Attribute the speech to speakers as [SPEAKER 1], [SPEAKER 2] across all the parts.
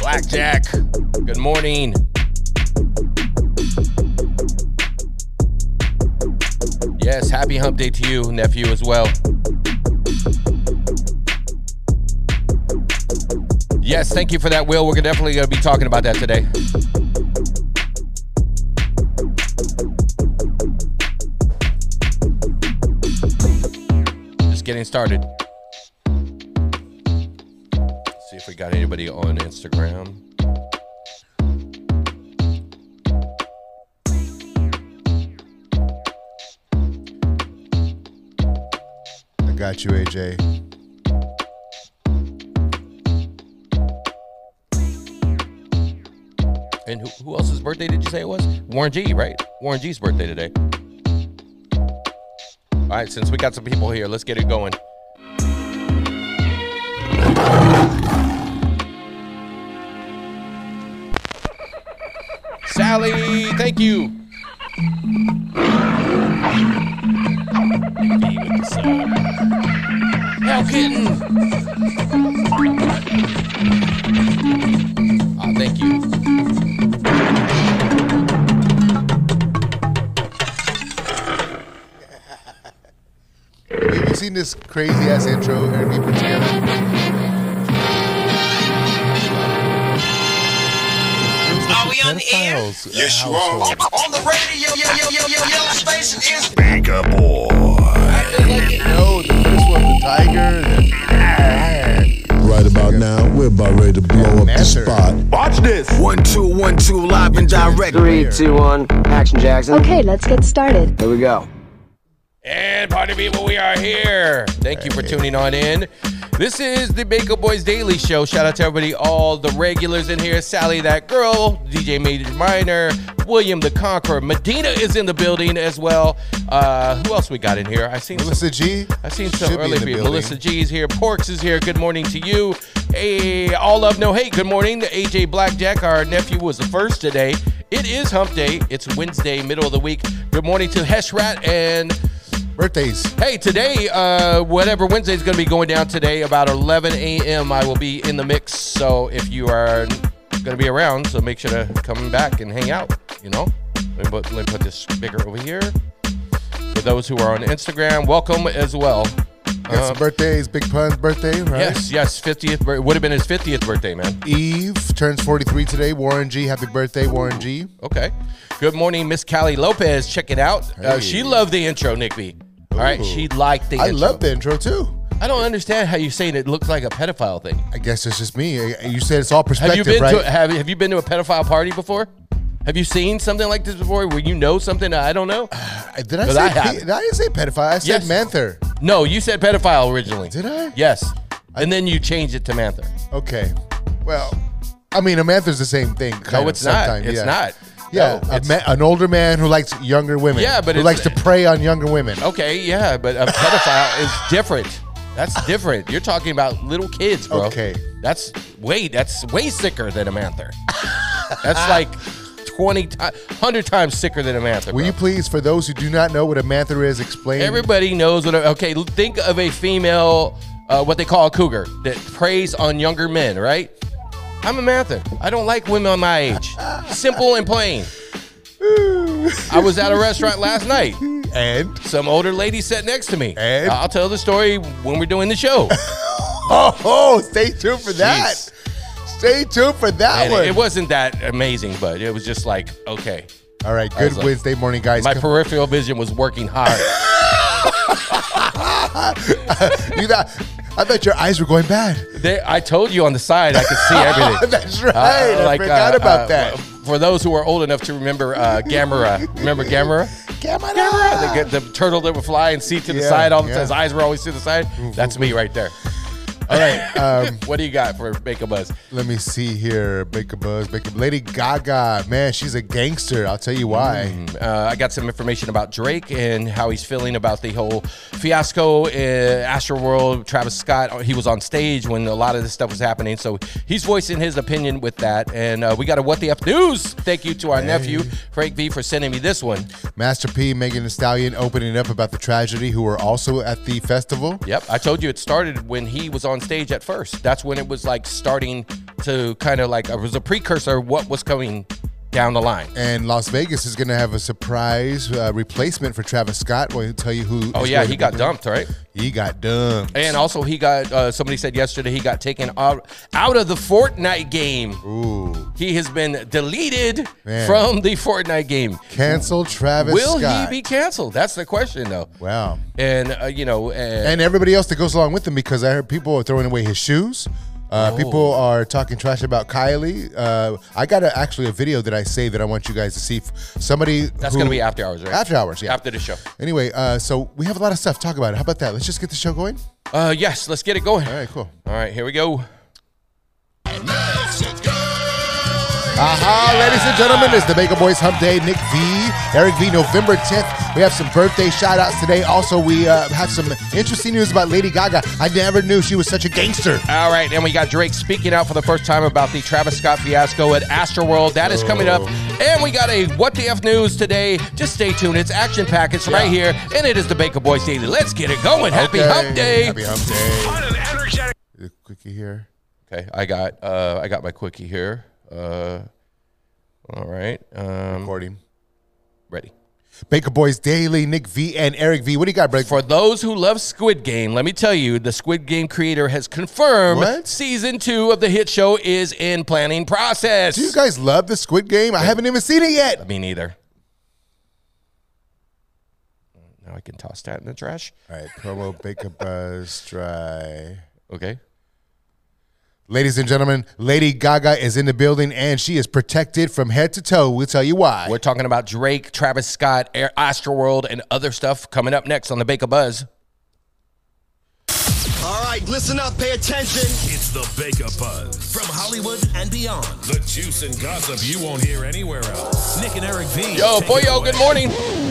[SPEAKER 1] Blackjack. Good morning. Yes, happy hump day to you, nephew, as well. Yes, thank you for that, Will. We're definitely going to be talking about that today. Just getting started. See if we got anybody on Instagram.
[SPEAKER 2] I got you, AJ.
[SPEAKER 1] And who, who else's birthday did you say it was? Warren G, right? Warren G's birthday today. All right, since we got some people here, let's get it going. Sally, thank you. Hell kitten. Ah, thank you.
[SPEAKER 2] Have you seen this crazy ass intro Airbnb put together?
[SPEAKER 3] Are we on the air?
[SPEAKER 1] Pedophiles, uh,
[SPEAKER 4] Yes, you are.
[SPEAKER 1] household.
[SPEAKER 3] On the radio, yo, yo, yo, yo, yo, station is
[SPEAKER 4] Anchor boy.
[SPEAKER 2] No, the first one, the tiger. The...
[SPEAKER 5] Right about now, we're about ready to blow up the
[SPEAKER 2] master.
[SPEAKER 5] spot.
[SPEAKER 4] Watch this.
[SPEAKER 3] one two one two live and direct.
[SPEAKER 6] Three, two, one, action, Jackson.
[SPEAKER 7] Okay, let's get started.
[SPEAKER 6] Here we go.
[SPEAKER 1] And party people, we are here. Thank you for tuning on in. This is the Makeup Boys Daily Show. Shout out to everybody, all the regulars in here. Sally, that girl, DJ Major Minor, William the Conqueror, Medina is in the building as well. Uh, who else we got in here? I seen some,
[SPEAKER 2] Melissa G.
[SPEAKER 1] I seen some
[SPEAKER 2] should be in
[SPEAKER 1] earlier.
[SPEAKER 2] the
[SPEAKER 1] people.
[SPEAKER 2] building.
[SPEAKER 1] Melissa G's here. Porks is here. Good morning to you. Hey, all love, no hate. Good morning. AJ Blackjack, our nephew, was the first today. It is Hump Day. It's Wednesday, middle of the week. Good morning to Heshrat and.
[SPEAKER 2] Birthdays.
[SPEAKER 1] Hey, today, uh, whatever Wednesday is going to be going down today, about 11 a.m., I will be in the mix. So if you are going to be around, so make sure to come back and hang out, you know? Let me put, let me put this bigger over here. For those who are on Instagram, welcome as well.
[SPEAKER 2] Got some birthdays. Big Pun's birthday, right?
[SPEAKER 1] Yes, yes, 50th. bir- Would have been his 50th birthday, man.
[SPEAKER 2] Eve turns 43 today. Warren G. Happy birthday, Warren G.
[SPEAKER 1] Okay. Good morning, Miss Callie Lopez. Check it out. Uh, she
[SPEAKER 2] Hey.
[SPEAKER 1] loved the intro, Nick B. All right,
[SPEAKER 2] Ooh.
[SPEAKER 1] she liked the
[SPEAKER 2] I
[SPEAKER 1] intro.
[SPEAKER 2] love the intro too.
[SPEAKER 1] I don't understand how you're saying it looks like a pedophile thing.
[SPEAKER 2] I guess it's just me. I- You said it's all
[SPEAKER 1] Have you
[SPEAKER 2] perspective,
[SPEAKER 1] been
[SPEAKER 2] right?
[SPEAKER 1] to have Have you been to a pedophile party before? Have you seen something like this before, where you know something that I don't know?
[SPEAKER 2] I- Did I
[SPEAKER 1] But
[SPEAKER 2] say?
[SPEAKER 1] I
[SPEAKER 2] pe-
[SPEAKER 1] haven't.
[SPEAKER 2] did I didn't say pedophile. I
[SPEAKER 1] Yes.
[SPEAKER 2] said manther.
[SPEAKER 1] No, you said pedophile originally.
[SPEAKER 2] Did I?
[SPEAKER 1] Yes, and then you changed it to mantha.
[SPEAKER 2] Okay. Well, I mean, a manther's the same thing. kind
[SPEAKER 1] No,
[SPEAKER 2] of
[SPEAKER 1] it's not.
[SPEAKER 2] sometime,
[SPEAKER 1] It's
[SPEAKER 2] yeah.
[SPEAKER 1] not.
[SPEAKER 2] Yeah,
[SPEAKER 1] No,
[SPEAKER 2] a
[SPEAKER 1] it's-
[SPEAKER 2] ma- an older man who likes younger women.
[SPEAKER 1] Yeah, but it's-
[SPEAKER 2] who
[SPEAKER 1] Oh.
[SPEAKER 2] likes to prey on younger women.
[SPEAKER 1] okay, yeah, but a pedophile is different. That's different. You're talking about little kids, bro.
[SPEAKER 2] Okay.
[SPEAKER 1] That's way that's way sicker than a mantha. that's like 20 ti 100 times sicker than a mantha.
[SPEAKER 2] Will
[SPEAKER 1] bro.
[SPEAKER 2] you please, for those who do not know what a manther is, explain?
[SPEAKER 1] Everybody knows what. A, okay, think of a female, uh, what they call a cougar, that preys on younger men. Right? I'm a mantha. I don't like women my age. Simple and plain. I was at a restaurant last night.
[SPEAKER 2] and
[SPEAKER 1] Some older lady sat next to me.
[SPEAKER 2] And?
[SPEAKER 1] I'll tell the story when we're doing the show.
[SPEAKER 2] oh, oh, stay tuned for that.
[SPEAKER 1] Jeez.
[SPEAKER 2] Stay tuned for that
[SPEAKER 1] And
[SPEAKER 2] one.
[SPEAKER 1] it wasn't that amazing, but it was just like okay.
[SPEAKER 2] all right, good
[SPEAKER 1] was like-
[SPEAKER 2] Wednesday morning, guys.
[SPEAKER 1] My
[SPEAKER 2] Come-
[SPEAKER 1] peripheral vision was working hard.
[SPEAKER 2] you thought, I thought your eyes were going bad.
[SPEAKER 1] They, I told you on the side I could see everything.
[SPEAKER 2] That's right.
[SPEAKER 1] Uh,
[SPEAKER 2] I forgot
[SPEAKER 1] uh,
[SPEAKER 2] about
[SPEAKER 1] uh,
[SPEAKER 2] that.
[SPEAKER 1] For those who are old enough to remember uh, Gamera, remember Gamera?
[SPEAKER 2] Camera.
[SPEAKER 1] The, good- the turtle that would fly and see to the
[SPEAKER 2] Yeah,
[SPEAKER 1] side all the
[SPEAKER 2] yeah.
[SPEAKER 1] time. His eyes were always to the side. That's me right there.
[SPEAKER 2] All right. Um,
[SPEAKER 1] What do you got for Make a Buzz?
[SPEAKER 2] Let me see here. Make a buzz. Make a Lady Gaga. Man, she's a gangster. I'll tell you why.
[SPEAKER 1] Uh, I got some information about Drake and how he's feeling about the whole fiasco in Astroworld. Travis Scott, he was on stage when a lot of this stuff was happening, so he's voicing his opinion with that. And uh, we got a What the F News. Thank you to our nephew Frank V for sending me this one.
[SPEAKER 2] Master P, Megan Thee Stallion opening up about the tragedy who were also at the festival.
[SPEAKER 1] Yep, I told you it started when he was on on stage at first. That's when it was like starting to kind of like it was a precursor of what was coming down the line.
[SPEAKER 2] And Las Vegas is going to have a surprise uh, replacement for Travis Scott. We'll tell you who.
[SPEAKER 1] Oh
[SPEAKER 2] is
[SPEAKER 1] yeah,
[SPEAKER 2] going
[SPEAKER 1] he
[SPEAKER 2] to
[SPEAKER 1] got
[SPEAKER 2] be-
[SPEAKER 1] dumped, right?
[SPEAKER 2] He got dumped.
[SPEAKER 1] And also he got uh, somebody said yesterday he got taken out out of the Fortnite game.
[SPEAKER 2] Ooh,
[SPEAKER 1] He has been deleted
[SPEAKER 2] Man.
[SPEAKER 1] from the Fortnite game.
[SPEAKER 2] cancel Travis
[SPEAKER 1] Will
[SPEAKER 2] Scott.
[SPEAKER 1] he be canceled? That's the question though.
[SPEAKER 2] Wow.
[SPEAKER 1] And uh, you know, and,
[SPEAKER 2] and everybody else that goes along with him because I heard people are throwing away his shoes.
[SPEAKER 1] Oh.
[SPEAKER 2] Uh, People are talking trash about Kylie. Uh, I got a, actually a video that I saved that I want you guys to see. Somebody
[SPEAKER 1] that's
[SPEAKER 2] who-
[SPEAKER 1] going to be after hours, right?
[SPEAKER 2] After hours, yeah.
[SPEAKER 1] After the show.
[SPEAKER 2] Anyway, uh, so we have a lot of stuff to talk about. How about that? Let's just get the show going.
[SPEAKER 1] Uh, yes, let's get it going.
[SPEAKER 2] All right, cool.
[SPEAKER 1] All right, here we go.
[SPEAKER 2] Aha, ladies and gentlemen, it's the Mega Boys Hump Day. Nick V, Eric V, November 10th. We have some birthday shout outs today. Also, we uh, have some interesting news about Lady Gaga. I never knew she was such a gangster.
[SPEAKER 1] All right, and we got Drake speaking out for the first time about the Travis Scott fiasco at Astroworld. That is coming up. And we got a What the F news today. Just stay tuned. It's action packets right here, and it is the Baker Boys Daily. Let's get it going. Happy
[SPEAKER 2] Okay.
[SPEAKER 1] Hump Day.
[SPEAKER 2] Happy Hump Day.
[SPEAKER 4] On an energetic
[SPEAKER 2] The Quickie here.
[SPEAKER 1] okay, I got uh, I got my quickie here. Uh, all right, um,
[SPEAKER 2] Recording.
[SPEAKER 1] ready.
[SPEAKER 2] Baker Boys Daily, Nick V and Eric V. What do you got, Blake?
[SPEAKER 1] For those who love Squid Game, let me tell you, the Squid Game creator has confirmed
[SPEAKER 2] What?
[SPEAKER 1] season two of the hit show is in planning process.
[SPEAKER 2] do you guys love the Squid Game? I haven't even seen it yet.
[SPEAKER 1] Uh, Me neither. Now I can toss that in the trash.
[SPEAKER 2] All right, promo Baker Buzz try.
[SPEAKER 1] Okay.
[SPEAKER 2] Ladies and gentlemen, Lady Gaga is in the building and she is protected from head to toe. We'll tell you why.
[SPEAKER 1] We're talking about Drake, Travis Scott, Air, Astroworld, and other stuff coming up next on the Baker Buzz.
[SPEAKER 7] All right, listen up, pay attention.
[SPEAKER 4] It's the Baker Buzz.
[SPEAKER 7] From Hollywood and beyond.
[SPEAKER 4] The juice and gossip you won't hear anywhere else. Nick and Eric
[SPEAKER 1] Yo,
[SPEAKER 4] V. take it
[SPEAKER 1] boyo,
[SPEAKER 4] away.
[SPEAKER 1] good morning.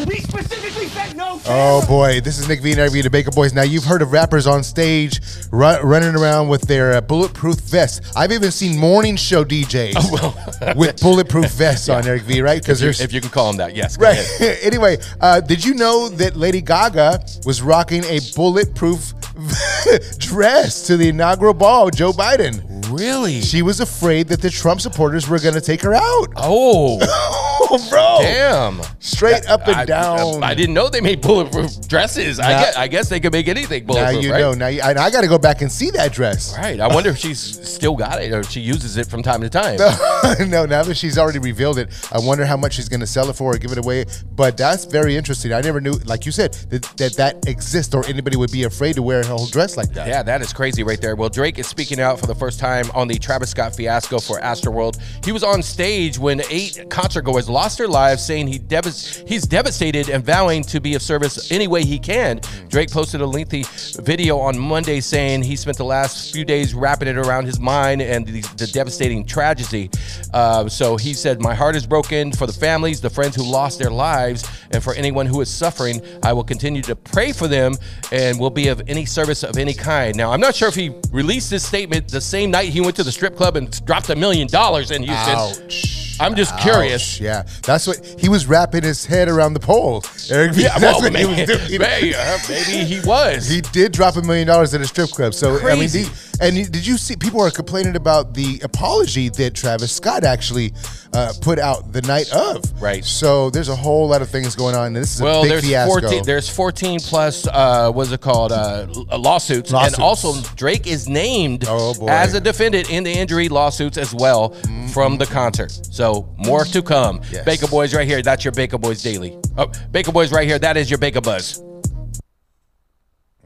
[SPEAKER 8] We specifically said no.
[SPEAKER 2] Oh boy, this is Nick V and Eric V, the Baker Boys. Now you've heard of rappers on stage run, running around with their uh, bulletproof vests. I've even seen morning show DJs with bulletproof vests on Eric V, right? Because
[SPEAKER 1] Oh, If you can call him that, yes. go
[SPEAKER 2] Right.
[SPEAKER 1] ahead.
[SPEAKER 2] anyway, uh, did you know that Lady Gaga was rocking a bulletproof dress to the inaugural ball, Joe Biden?
[SPEAKER 1] Really?
[SPEAKER 2] She was afraid that the Trump supporters were going to take her out.
[SPEAKER 1] Oh,
[SPEAKER 2] Oh, bro.
[SPEAKER 1] damn.
[SPEAKER 2] Straight up and
[SPEAKER 1] I,
[SPEAKER 2] down.
[SPEAKER 1] I, didn't know they made bulletproof dresses. I
[SPEAKER 2] Now-
[SPEAKER 1] guess, I guess they could make anything
[SPEAKER 2] now
[SPEAKER 1] bulletproof.
[SPEAKER 2] you
[SPEAKER 1] right?
[SPEAKER 2] know. Now you, and I got to go back and see that dress.
[SPEAKER 1] Right. I wonder if she's still got it or if she uses it from time to time.
[SPEAKER 2] no, now that she's already revealed it, I wonder how much she's going to sell it for or give it away. But that's very interesting. I never knew, like you said, that that, that exists or anybody would be afraid to wear a whole dress like that.
[SPEAKER 1] Yeah, that is crazy right there. Well, Drake is speaking out for the first time on the Travis Scott fiasco for Astroworld. He was on stage when eight concertgoers lost their lives, saying he devas- he's devastated and vowing to be of service any way he can. Drake posted a lengthy video on Monday saying he spent the last few days wrapping it around his mind and the, the devastating tragedy. Uh, so he said, My heart is broken for the families, the friends who lost their lives, and for anyone who is suffering. I will continue to pray for them and will be of any service of any kind. Now, I'm not sure if he released this statement the same night he went to the strip club and dropped a million dollars in Houston.
[SPEAKER 2] Ouch.
[SPEAKER 1] I'm just
[SPEAKER 2] Ouch.
[SPEAKER 1] curious.
[SPEAKER 2] Yeah, that's what he was wrapping his head around the pole. Eric,
[SPEAKER 1] Yeah,
[SPEAKER 2] that's
[SPEAKER 1] well,
[SPEAKER 2] what
[SPEAKER 1] maybe,
[SPEAKER 2] he was doing.
[SPEAKER 1] maybe, uh, maybe he was.
[SPEAKER 2] He did drop a million dollars at a strip club. So I mean,
[SPEAKER 1] Crazy.
[SPEAKER 2] these, and you- did you see people are complaining about the apology that Travis Scott actually uh, put out the night of?
[SPEAKER 1] Right.
[SPEAKER 2] So there's a whole lot of things going on, and this is
[SPEAKER 1] well,
[SPEAKER 2] a big
[SPEAKER 1] there's
[SPEAKER 2] fiasco.
[SPEAKER 1] 14. There's 14 plus. Uh, what's it called? Uh, l- lawsuits.
[SPEAKER 2] Lawsuits.
[SPEAKER 1] and also Drake is named
[SPEAKER 2] Oh, boy.
[SPEAKER 1] as a defendant in the injury lawsuits as well from the concert. So more to come.
[SPEAKER 2] Yes.
[SPEAKER 1] Baker Boys right here. That's your Baker Boys daily. Oh, Baker Boys right here. That is your Baker Buzz.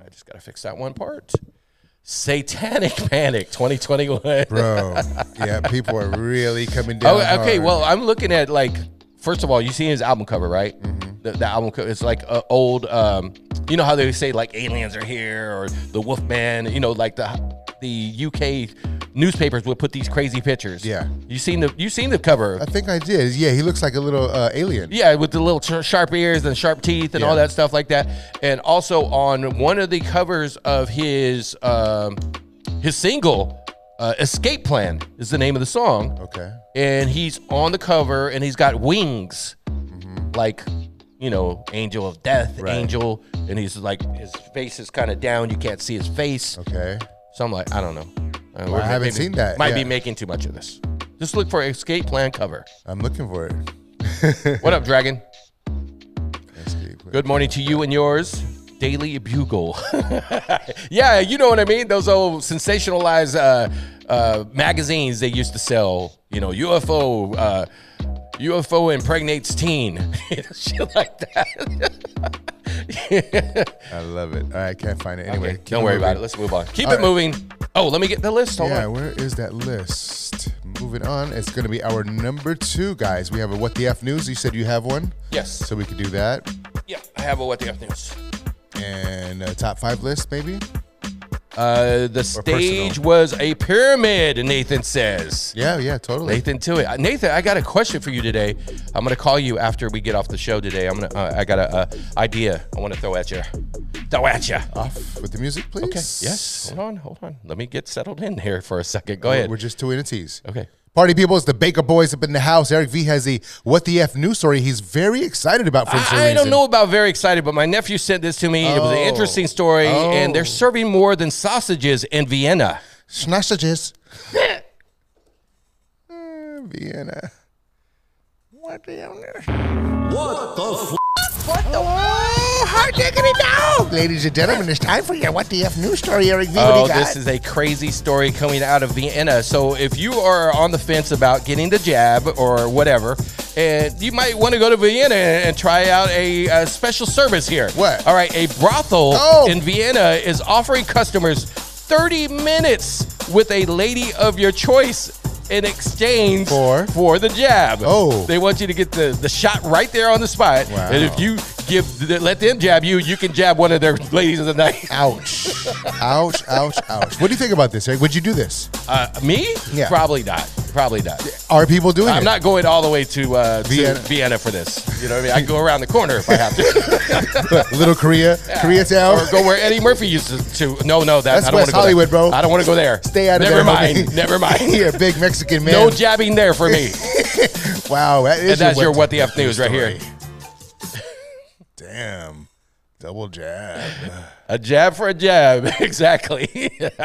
[SPEAKER 1] I just gotta fix that one part. Satanic Panic 2021.
[SPEAKER 2] Bro, yeah, people are really coming down.
[SPEAKER 1] Oh, okay.
[SPEAKER 2] hard.
[SPEAKER 1] Well, I'm looking at like first of all, you see his album cover, right?
[SPEAKER 2] Mm-hmm.
[SPEAKER 1] The, the album cover it's like a old. Um, you know how they say like aliens are here or the Wolfman. You know, like the the UK newspapers would put these crazy pictures.
[SPEAKER 2] Yeah.
[SPEAKER 1] you seen the you seen the cover.
[SPEAKER 2] I think I did. Yeah, he looks like a little uh, alien.
[SPEAKER 1] Yeah, with the little ch- sharp ears and sharp teeth and all
[SPEAKER 2] Yeah.
[SPEAKER 1] that stuff like that. And also on one of the covers of his um, his single, uh, "Escape Plan" is the name of the song.
[SPEAKER 2] Okay.
[SPEAKER 1] And he's on the cover and he's got wings, like you know, angel of death,
[SPEAKER 2] Mm-hmm. Right.
[SPEAKER 1] angel. And he's like his face is kind of down. You can't see his face.
[SPEAKER 2] Okay.
[SPEAKER 1] So I'm like, I don't know. Uh,
[SPEAKER 2] Well, I haven't
[SPEAKER 1] maybe-
[SPEAKER 2] seen that,
[SPEAKER 1] Might be
[SPEAKER 2] yeah.
[SPEAKER 1] making too much of this. Just look for escape plan cover.
[SPEAKER 2] I'm looking for it.
[SPEAKER 1] What up, Dragon?
[SPEAKER 2] Escape.
[SPEAKER 1] Good morning to you and yours. Daily Bugle. yeah, you know what I mean. Those old sensationalized uh, uh, magazines they used to sell. You know, UFO, uh, UFO impregnates teen, shit like that.
[SPEAKER 2] I love it. All right, I can't find it anyway.
[SPEAKER 1] Okay,
[SPEAKER 2] keep
[SPEAKER 1] don't worry about it.
[SPEAKER 2] moving.
[SPEAKER 1] Let's move on. Keep
[SPEAKER 2] All
[SPEAKER 1] it
[SPEAKER 2] right.
[SPEAKER 1] moving. Oh, let me get the list. Hold
[SPEAKER 2] yeah,
[SPEAKER 1] on.
[SPEAKER 2] where is that list? Moving on, it's going to be our number two, guys. We have a What the F News. You said you have one?
[SPEAKER 1] Yes.
[SPEAKER 2] So we could do that.
[SPEAKER 1] yeah, I have a what the F news.
[SPEAKER 2] And a top five list, maybe?
[SPEAKER 1] Uh, the
[SPEAKER 2] personal.
[SPEAKER 1] stage was a pyramid. Nathan says.
[SPEAKER 2] Yeah, yeah, totally.
[SPEAKER 1] Nathan to it. Uh, Nathan, I got a question for you today. I'm gonna call you after we get off the show today. I'm gonna. Uh, I got a uh, idea. I want to throw at you. Throw at you.
[SPEAKER 2] Off with the music, please.
[SPEAKER 1] Okay. Yes. Hold on. Hold on. Let me get settled in here for a second. Go ahead.
[SPEAKER 2] We're just two entities.
[SPEAKER 1] Okay.
[SPEAKER 2] Party people, it's the Baker Boys up in the house. Eric V has the What the F News story he's very excited about for some
[SPEAKER 1] I, I don't
[SPEAKER 2] reason.
[SPEAKER 1] know about very excited, but my nephew sent this to me. It was an
[SPEAKER 2] Oh.
[SPEAKER 1] interesting story, and
[SPEAKER 2] Oh.
[SPEAKER 1] they're serving more than sausages in Vienna.
[SPEAKER 2] Sausages. Mm, Eh, Vienna. What the F News?
[SPEAKER 7] What the f?
[SPEAKER 2] Oh, hard diggity dog. Ladies and gentlemen, it's time for your What the F news story, Eric V.
[SPEAKER 1] Oh, this is a crazy story coming out of Vienna. So if you are on the fence about getting the jab or whatever, and you might want to go to Vienna and and try out a, uh special service here.
[SPEAKER 2] What?
[SPEAKER 1] All right, a brothel
[SPEAKER 2] Oh.
[SPEAKER 1] in Vienna is offering customers 30 minutes with a lady of your choice in exchange
[SPEAKER 2] For?
[SPEAKER 1] for the jab.
[SPEAKER 2] Oh.
[SPEAKER 1] They want you to get the, the shot right there on the spot.
[SPEAKER 2] Wow.
[SPEAKER 1] And if you give let them jab you, you can jab one of their ladies of the night.
[SPEAKER 2] Ouch. ouch, ouch, ouch. What do you think about this, Eric? Would you do this?
[SPEAKER 1] Uh, me?
[SPEAKER 2] Yeah.
[SPEAKER 1] Probably not. Probably not.
[SPEAKER 2] Are people doing
[SPEAKER 1] I'm
[SPEAKER 2] it?
[SPEAKER 1] not going all the way to, uh, to
[SPEAKER 2] Vienna.
[SPEAKER 1] Vienna. for this. You know what I mean? I can go around the corner if I have to,
[SPEAKER 2] Little Korea, "Oh, Koreatown.
[SPEAKER 1] or go where Eddie Murphy used to. to no, no, that,
[SPEAKER 2] That's
[SPEAKER 1] I don't wanna
[SPEAKER 2] West
[SPEAKER 1] go there.
[SPEAKER 2] Hollywood, bro.
[SPEAKER 1] I don't want to go there.
[SPEAKER 2] Stay out of
[SPEAKER 1] never
[SPEAKER 2] there.
[SPEAKER 1] Mind.
[SPEAKER 2] homie.
[SPEAKER 1] Never mind.
[SPEAKER 2] You're a big Mexican man.
[SPEAKER 1] No jabbing there for me.
[SPEAKER 2] wow, that is
[SPEAKER 1] and that's your what the f
[SPEAKER 2] F
[SPEAKER 1] news right here.
[SPEAKER 2] Damn. Double jab.
[SPEAKER 1] A jab for a jab, exactly.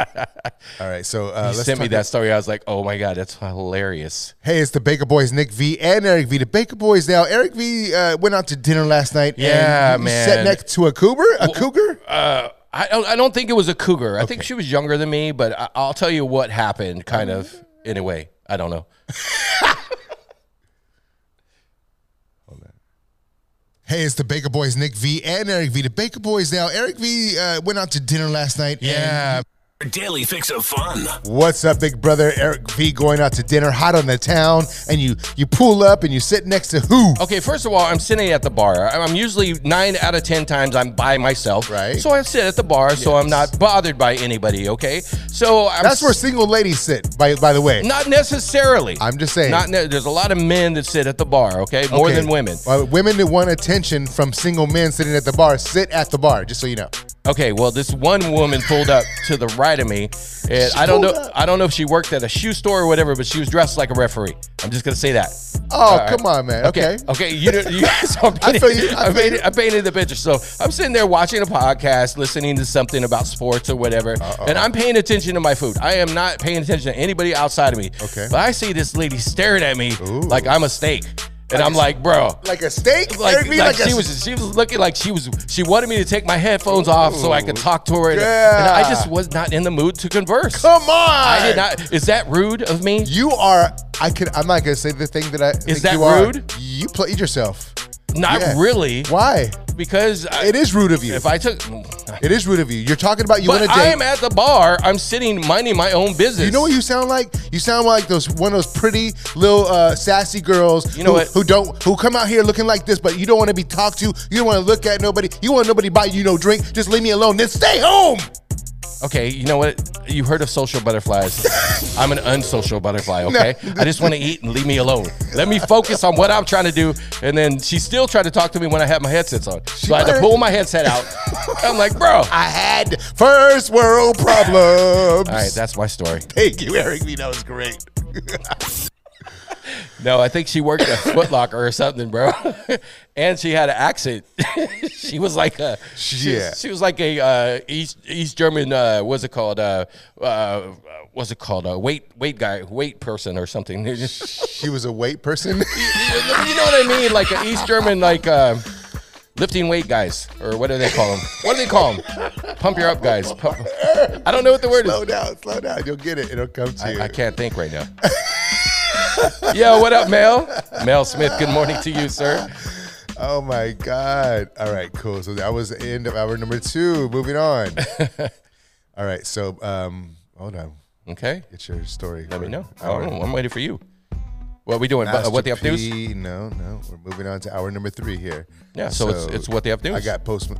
[SPEAKER 2] All right, so uh,
[SPEAKER 1] he
[SPEAKER 2] let's
[SPEAKER 1] sent me
[SPEAKER 2] talk-
[SPEAKER 1] that story. I was like, oh my god, that's hilarious.
[SPEAKER 2] Hey, it's the Baker Boys, Nick V and Eric V. The Baker Boys now. Eric V uh, went out to dinner last night.
[SPEAKER 1] Yeah,
[SPEAKER 2] and he
[SPEAKER 1] man.
[SPEAKER 2] Sat next to a cougar, a cougar.
[SPEAKER 1] Uh, I don't. I don't think it was a cougar. I think she was younger than me, but I, I'll tell you what happened. Kind
[SPEAKER 2] Mm-hmm.
[SPEAKER 1] of in a way. I don't know.
[SPEAKER 2] Hey, it's the Baker Boys, Nick V and Eric V. The Baker Boys now. Eric V uh, went out to dinner last night. Yeah.
[SPEAKER 4] Your daily fix of fun.
[SPEAKER 2] What's up, big brother? Eric V going out to dinner, hot on the town, and you you pull up and you sit next to who?
[SPEAKER 1] Okay, first of all, I'm sitting at the bar. I'm usually nine out of ten times I'm by myself.
[SPEAKER 2] Right.
[SPEAKER 1] So I sit at the bar, so I'm not bothered by anybody. Okay. So I'm
[SPEAKER 2] That's where single ladies sit. By by the way,
[SPEAKER 1] Not necessarily.
[SPEAKER 2] I'm just saying.
[SPEAKER 1] Not ne- there's a lot of men that sit at the bar. Okay, more
[SPEAKER 2] Okay.
[SPEAKER 1] than women.
[SPEAKER 2] Uh, women that want attention from single men sitting at the bar sit at the bar. Just so you know.
[SPEAKER 1] Okay, well, this one woman pulled up to the right of me, and I don't know.
[SPEAKER 2] pulled up.
[SPEAKER 1] I don't know if she worked at a shoe store or whatever, but she was dressed like a referee. I'm just gonna say that.
[SPEAKER 2] Oh, come on, man. Okay.
[SPEAKER 1] Okay, okay, you, know- you guys. I'm
[SPEAKER 2] I
[SPEAKER 1] painting,
[SPEAKER 2] feel you. I
[SPEAKER 1] I,
[SPEAKER 2] feel
[SPEAKER 1] painted,
[SPEAKER 2] you.
[SPEAKER 1] I painted the picture. So I'm sitting there watching a podcast, listening to something about sports or whatever,
[SPEAKER 2] Uh-uh.
[SPEAKER 1] and I'm paying attention to my food. I am not paying attention to anybody outside of me.
[SPEAKER 2] Okay.
[SPEAKER 1] but I see this lady staring at me like I'm a steak, and I'm like, bro,
[SPEAKER 2] Like a steak?
[SPEAKER 1] like,
[SPEAKER 2] Eric V,
[SPEAKER 1] like
[SPEAKER 2] a
[SPEAKER 1] she was she was looking like she was she wanted me to take my headphones off so I could talk to her. And, and I
[SPEAKER 2] yeah.
[SPEAKER 1] just was not in the mood to converse.
[SPEAKER 2] Come on!
[SPEAKER 1] I did not. Is that rude of me?
[SPEAKER 2] You are. I can. I'm not gonna say the thing that I. think
[SPEAKER 1] that
[SPEAKER 2] you are.
[SPEAKER 1] rude?
[SPEAKER 2] You played yourself.
[SPEAKER 1] not
[SPEAKER 2] Yeah.
[SPEAKER 1] really.
[SPEAKER 2] Why?
[SPEAKER 1] Because I,
[SPEAKER 2] It is rude of you.
[SPEAKER 1] if I took.
[SPEAKER 2] it is rude of you. You're talking about you want
[SPEAKER 1] But
[SPEAKER 2] to
[SPEAKER 1] I
[SPEAKER 2] date.
[SPEAKER 1] am at the bar. I'm sitting minding my own business.
[SPEAKER 2] you know what you sound like? You sound like those one of those pretty little uh, sassy girls.
[SPEAKER 1] You know
[SPEAKER 2] who,
[SPEAKER 1] what?
[SPEAKER 2] Who don't who come out here looking like this, but you don't want to be talked to. You don't want to look at nobody. You want nobody buy you no drink. Just leave me alone. Then stay home.
[SPEAKER 1] Okay, you know what? You heard of social butterflies. I'm an unsocial butterfly, okay? I just want to eat and leave me alone. Let me focus on what I'm trying to do. And then she still tried to talk to me when I had my headsets on. So I had to
[SPEAKER 2] might.
[SPEAKER 1] pull my headset out. I'm like, bro. All
[SPEAKER 2] I had first world problems.
[SPEAKER 1] right, that's my story.
[SPEAKER 2] Thank you, Eric. Me, that was great.
[SPEAKER 1] No, I think she worked at Foot Locker or something, bro. and she had an accent. she was like a she,
[SPEAKER 2] Yeah.
[SPEAKER 1] was, she was like a uh, East East German uh, what's it called? Uh, uh, what's it called? A weight weight guy, weight person or something. you know
[SPEAKER 2] She was a weight person.
[SPEAKER 1] what I mean? Like an East German like um lifting weight guys or what do they call them? What do they call them? Pump your up guys. Pump. I don't know what the word
[SPEAKER 2] slow
[SPEAKER 1] is.
[SPEAKER 2] down, slow down. You'll get it. It'll come to you.
[SPEAKER 1] I, I can't think right now. Yo, what up, Mel? Mel Smith, good morning to you, sir.
[SPEAKER 2] Oh my god! All right, cool. So that was the end of hour number two. Moving on. All right, so um, hold on.
[SPEAKER 1] Okay.
[SPEAKER 2] Get your story.
[SPEAKER 1] Let me know.
[SPEAKER 2] Hour-
[SPEAKER 1] Oh, I'm waiting for you. What we doing? Uh, what the up
[SPEAKER 2] Master
[SPEAKER 1] news?
[SPEAKER 2] P, No, no. We're moving on to hour number three here.
[SPEAKER 1] Yeah, so it's- it's what they have to do.
[SPEAKER 2] I got post.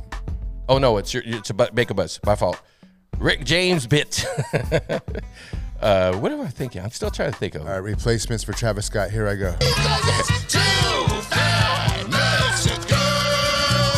[SPEAKER 1] Oh no, it's your, it's a bu- make a buzz. My fault. Rick James bit. uh, what am I thinking? I'm still trying to think of.
[SPEAKER 2] All right, uh, replacements for Travis Scott. Here I go.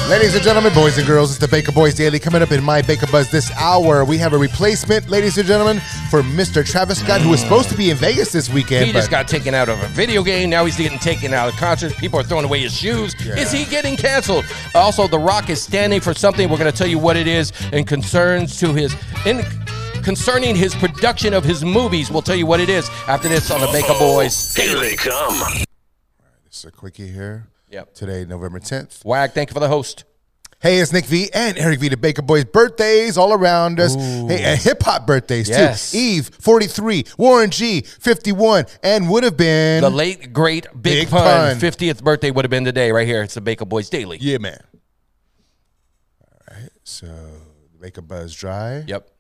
[SPEAKER 2] Ladies and gentlemen, boys and girls, it's the Baker Boys Daily. Coming up in my Baker Buzz this hour, we have a replacement, ladies and gentlemen, for Mr. Travis Scott, who was supposed to be in Vegas this weekend.
[SPEAKER 1] He just
[SPEAKER 2] but-
[SPEAKER 1] got taken out of a video game. Now he's getting taken out of concerts. People are throwing away his shoes. Is he getting canceled? Also, The Rock is standing for something. We're going to tell you what it is and concerns to his in concerning his production of his movies. We'll tell you what it is after this on the Baker Boys.
[SPEAKER 4] Here they come.
[SPEAKER 2] Just a quickie here.
[SPEAKER 1] Yep.
[SPEAKER 2] Today, November 10th.
[SPEAKER 1] Wag, thank you for the host.
[SPEAKER 2] Hey, it's Nick V and Eric V. The Baker Boys. Birthdays all around us. Hey, and hip hop birthdays
[SPEAKER 1] Yes.
[SPEAKER 2] too. Eve, 43. Warren G, 51. And would have been.
[SPEAKER 1] The late great Big,
[SPEAKER 2] Big
[SPEAKER 1] Pun
[SPEAKER 2] Pun.
[SPEAKER 1] 50th birthday would have been today, right here. It's the Baker Boys Daily.
[SPEAKER 2] yeah, man. All right. So, make a buzz dry.
[SPEAKER 1] Yep.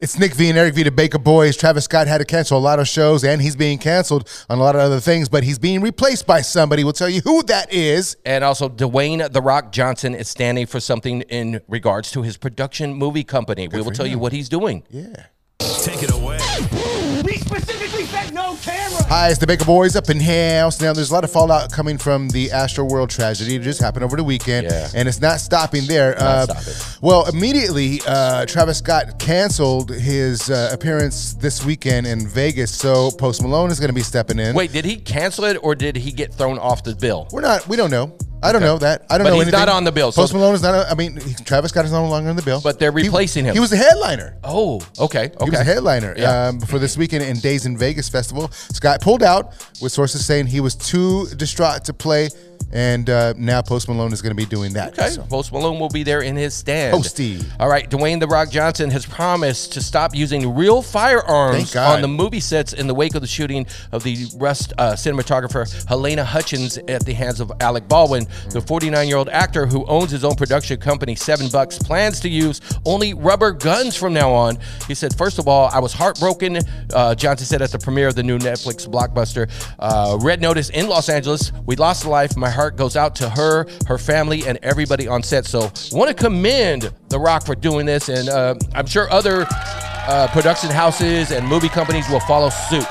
[SPEAKER 2] It's Nick V and Eric V. The Baker Boys. Travis Scott had to cancel a lot of shows, and he's being canceled on a lot of other things, but he's being replaced by somebody. We'll tell you who that is.
[SPEAKER 1] And also, Dwayne The Rock Johnson is standing for something in regards to his production movie company. we will tell you what he's doing.
[SPEAKER 2] Yeah.
[SPEAKER 4] Take it away.
[SPEAKER 8] We specifically said no camera.
[SPEAKER 2] Hi, it's the Baker Boys up in house. Now, there's a lot of fallout coming from the Astro World tragedy that just happened over the weekend,
[SPEAKER 1] Yeah.
[SPEAKER 2] and it's not stopping there. uh,
[SPEAKER 1] stopping.
[SPEAKER 2] Well, immediately, uh, Travis Scott canceled his uh, appearance this weekend in Vegas, so Post Malone is going to be stepping in.
[SPEAKER 1] Wait, did he cancel it or did he get thrown off the bill?
[SPEAKER 2] we're not. We don't know. I don't know that. I don't
[SPEAKER 1] But
[SPEAKER 2] know
[SPEAKER 1] he's
[SPEAKER 2] anything.
[SPEAKER 1] not on the bill, so-
[SPEAKER 2] Post Malone is not. on- I mean, he- Travis Scott is no longer on the bill.
[SPEAKER 1] But they're
[SPEAKER 2] He-
[SPEAKER 1] replacing him.
[SPEAKER 2] He was the headliner.
[SPEAKER 1] Oh, okay. Okay.
[SPEAKER 2] He was a headliner
[SPEAKER 1] Yeah.
[SPEAKER 2] um, for this weekend in Days in Vegas festival. Scott pulled out with sources saying he was too distraught to play, and uh, now Post Malone is going to be doing that.
[SPEAKER 1] Okay.
[SPEAKER 2] So,
[SPEAKER 1] Post Malone will be there in his stand.
[SPEAKER 2] Posty.
[SPEAKER 1] All right. Dwayne The Rock Johnson has promised to stop using real
[SPEAKER 2] Thank
[SPEAKER 1] firearms
[SPEAKER 2] God.
[SPEAKER 1] on the movie sets in the wake of the shooting of the Rust uh, cinematographer Helena Hutchins at the hands of Alec Baldwin. The 49 year old actor who owns his own production company, Seven Bucks, plans to use only rubber guns from now on. He said, First of all, I was heartbroken, uh, Johnson said at the premiere of the new Netflix blockbuster, uh, Red Notice in Los Angeles. We lost a life. My heart goes out to her, her family, and everybody on set. So, want to commend The Rock for doing this, and uh, I'm sure other uh, production houses and movie companies will follow suit.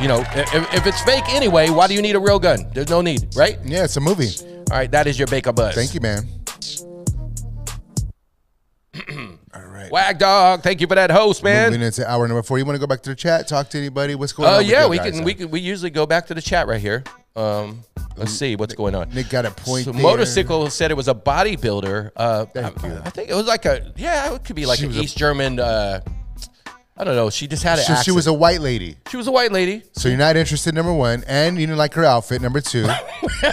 [SPEAKER 1] You know, if, if it's fake anyway, why do you need a real gun? There's no need, right?
[SPEAKER 2] yeah, it's a movie.
[SPEAKER 1] All right, that is your Baker Buzz.
[SPEAKER 2] Thank you, man. All right.
[SPEAKER 1] Wag Dog. Thank you for that host,
[SPEAKER 2] Moving
[SPEAKER 1] man.
[SPEAKER 2] into hour number four. You want to go back to the chat? Talk to anybody? What's going on?
[SPEAKER 1] Uh,
[SPEAKER 2] with
[SPEAKER 1] yeah,
[SPEAKER 2] you
[SPEAKER 1] we
[SPEAKER 2] guys?
[SPEAKER 1] can, we can. We usually go back to the chat right here. Um, let's see what's going on.
[SPEAKER 2] Nick got a point.
[SPEAKER 1] So
[SPEAKER 2] there.
[SPEAKER 1] motorcycle said it was a bodybuilder. Uh,
[SPEAKER 2] Thank
[SPEAKER 1] I,
[SPEAKER 2] you.
[SPEAKER 1] I think it was like a yeah, it could be like
[SPEAKER 2] She
[SPEAKER 1] an
[SPEAKER 2] was a-
[SPEAKER 1] East German. Uh, I don't know. She just had an
[SPEAKER 2] So she was a white lady.
[SPEAKER 1] she was a white lady.
[SPEAKER 2] So you're not interested, number one, and you didn't like her outfit, number two. what?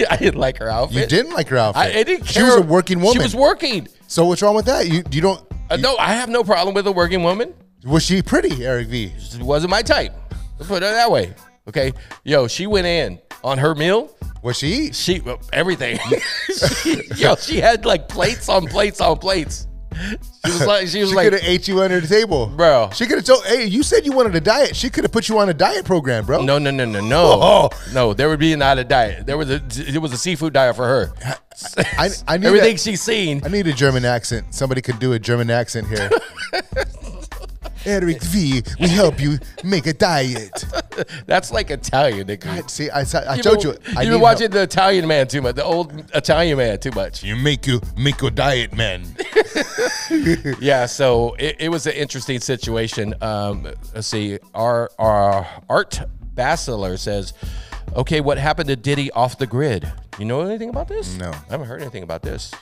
[SPEAKER 1] Yeah, I didn't like her outfit.
[SPEAKER 2] You didn't like her outfit.
[SPEAKER 1] I, I didn't
[SPEAKER 2] She
[SPEAKER 1] care.
[SPEAKER 2] was a working woman.
[SPEAKER 1] She was working.
[SPEAKER 2] So what's wrong with that? You you don't.
[SPEAKER 1] Uh, no, I have no problem with a working woman.
[SPEAKER 2] Was she pretty, Eric V?
[SPEAKER 1] She wasn't my type. Let's put it that way. Okay, yo, she went in on her meal.
[SPEAKER 2] Was she eat?
[SPEAKER 1] She well, everything. She- yo, she had like plates on plates on plates. She was like, she was
[SPEAKER 2] She
[SPEAKER 1] like,
[SPEAKER 2] could have ate you under the table,
[SPEAKER 1] Bro.
[SPEAKER 2] She could have told. Hey, you said you wanted a diet. She could have put you on a diet program, bro.
[SPEAKER 1] No, no, no, no, no.
[SPEAKER 2] Oh.
[SPEAKER 1] No, there would be not a diet. There was a it was a seafood diet for her.
[SPEAKER 2] I, I need
[SPEAKER 1] Everything
[SPEAKER 2] A,
[SPEAKER 1] she's seen.
[SPEAKER 2] I need a German accent. Somebody could do a German accent here. Eric V, we help you make a diet.
[SPEAKER 1] That's like Italian, nigga.
[SPEAKER 2] See, I, I told you.
[SPEAKER 1] You've
[SPEAKER 2] I
[SPEAKER 1] been
[SPEAKER 2] need
[SPEAKER 1] watching
[SPEAKER 2] help.
[SPEAKER 1] the Italian man too much, the old Italian man too much.
[SPEAKER 2] You make you make your diet, man.
[SPEAKER 1] Yeah, so it, it was an interesting situation. Um, let's see. Our, our Art Bassler says, okay, what happened to Diddy off the grid? You know anything about this?
[SPEAKER 2] No.
[SPEAKER 1] I haven't heard anything about this.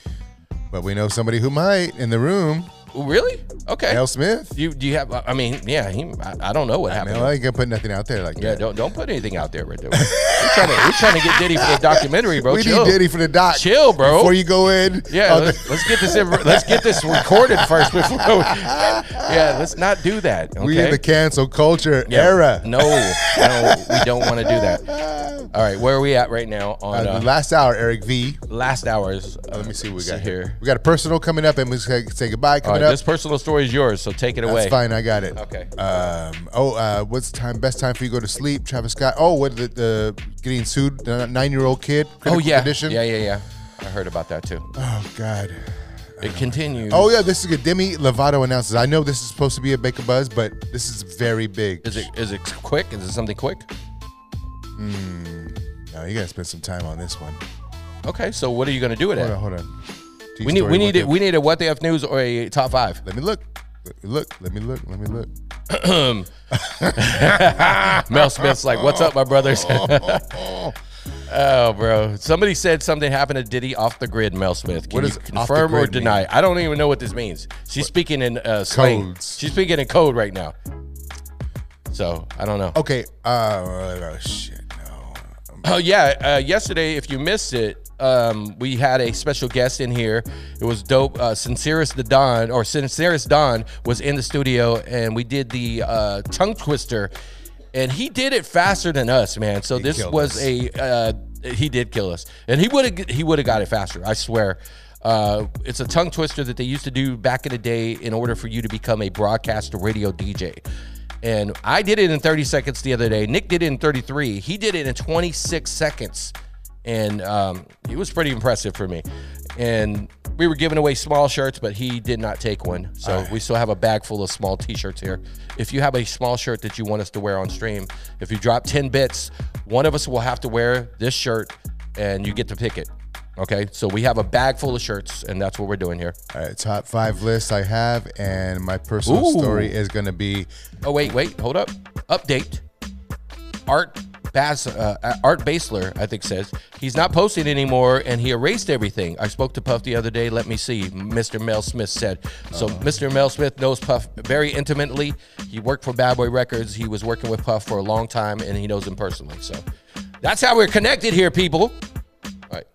[SPEAKER 2] but we know somebody who might in the room.
[SPEAKER 1] Really? Okay.
[SPEAKER 2] Al Smith.
[SPEAKER 1] You do you have? I mean, yeah. He, I, I don't know what happened.
[SPEAKER 2] No, I ain't gonna put nothing out there like
[SPEAKER 1] yeah,
[SPEAKER 2] that.
[SPEAKER 1] don't don't put anything out there right there. we're, trying to, we're trying to get Diddy for the documentary, bro.
[SPEAKER 2] we
[SPEAKER 1] Chill.
[SPEAKER 2] need Diddy for the doc.
[SPEAKER 1] Chill, bro.
[SPEAKER 2] Before you go in.
[SPEAKER 1] Yeah,
[SPEAKER 2] on the-
[SPEAKER 1] let's, let's get this in, let's get this recorded first before. We, yeah, let's not do that. Okay?
[SPEAKER 2] we in the cancel culture
[SPEAKER 1] Yeah.
[SPEAKER 2] era.
[SPEAKER 1] No, no, we don't want to do that. All right, where are we at right now on
[SPEAKER 2] Uh, the
[SPEAKER 1] uh,
[SPEAKER 2] last hour, Eric V.
[SPEAKER 1] last hours? Uh,
[SPEAKER 2] Let me see what we
[SPEAKER 1] see
[SPEAKER 2] got
[SPEAKER 1] here.
[SPEAKER 2] here. We got a personal coming up, and we say, say goodbye
[SPEAKER 1] All right,
[SPEAKER 2] coming up.
[SPEAKER 1] this personal story is yours, so take it away.
[SPEAKER 2] That's fine. I got it.
[SPEAKER 1] Okay.
[SPEAKER 2] Um, oh, uh, what's time? Best time for you to go to sleep? Travis Scott. Oh, what the, the getting sued? The nine-year-old kid.
[SPEAKER 1] Oh
[SPEAKER 2] critical
[SPEAKER 1] yeah,
[SPEAKER 2] Condition.
[SPEAKER 1] yeah, yeah, yeah. I heard about that too.
[SPEAKER 2] Oh God.
[SPEAKER 1] It continues.
[SPEAKER 2] Oh yeah. This is good. Demi Lovato announces. I know this is supposed to be a Baker Buzz, but this is very big.
[SPEAKER 1] Is it is it quick? Is it something quick?
[SPEAKER 2] No, you gotta spend some time on this one.
[SPEAKER 1] Okay, so what are you gonna do with
[SPEAKER 2] Hold on.
[SPEAKER 1] it?
[SPEAKER 2] Hold on.
[SPEAKER 1] We need we
[SPEAKER 2] Story, what
[SPEAKER 1] need
[SPEAKER 2] the-
[SPEAKER 1] it. We need a what the f news or a top five.
[SPEAKER 2] Let me look. Let me look. Let me look. Let me look.
[SPEAKER 1] Mel Smith's like, "What's up, my brothers?"
[SPEAKER 2] Oh.
[SPEAKER 1] oh, bro, somebody said something happened to Diddy off the grid. Mel Smith, can
[SPEAKER 2] What
[SPEAKER 1] you
[SPEAKER 2] does off the
[SPEAKER 1] confirm or
[SPEAKER 2] grid
[SPEAKER 1] deny?
[SPEAKER 2] mean?
[SPEAKER 1] I don't even know what this means. She's speaking in uh, slang.
[SPEAKER 2] Codes.
[SPEAKER 1] She's speaking in code right now. So I don't know.
[SPEAKER 2] Okay. Uh, oh shit. No.
[SPEAKER 1] Oh yeah, uh, yesterday, if you missed it, um, we had a special guest in here. It was dope. Uh, Sincerest the Don or Sincerest Don was in the studio, and we did the uh, tongue twister, and he did it faster than us, man. So this
[SPEAKER 2] killed
[SPEAKER 1] was
[SPEAKER 2] us.
[SPEAKER 1] a uh, he did kill us, and he would have he would have got it faster. I swear. Uh, it's a tongue twister that they used to do back in the day in order for you to become a broadcaster radio DJ. And I did it in 30 seconds the other day. Nick did it in 33. He did it in 26 seconds. And um, it was pretty impressive for me. And we were giving away small shirts, but he did not take one. So we still have a bag full of small t shirts here. If you have a small shirt that you want us to wear on stream, if you drop 10 bits, one of us will have to wear this shirt and you get to pick it. Okay, so we have a bag full of shirts, and that's what we're doing here.
[SPEAKER 2] All right, top five lists I have, and my personal
[SPEAKER 1] Ooh.
[SPEAKER 2] story is going to be
[SPEAKER 1] Oh wait, wait, hold up. Update. Art Bass, uh, Art Basler, I think says he's not posting anymore, and he erased everything. I spoke to Puff the other day. Let me see, Mr. Mel Smith said. So Mr. Mel Smith knows Puff very intimately. He worked for Bad Boy Records. He was working with Puff for a long time, and he knows him personally. So that's how we're connected here, people. All right.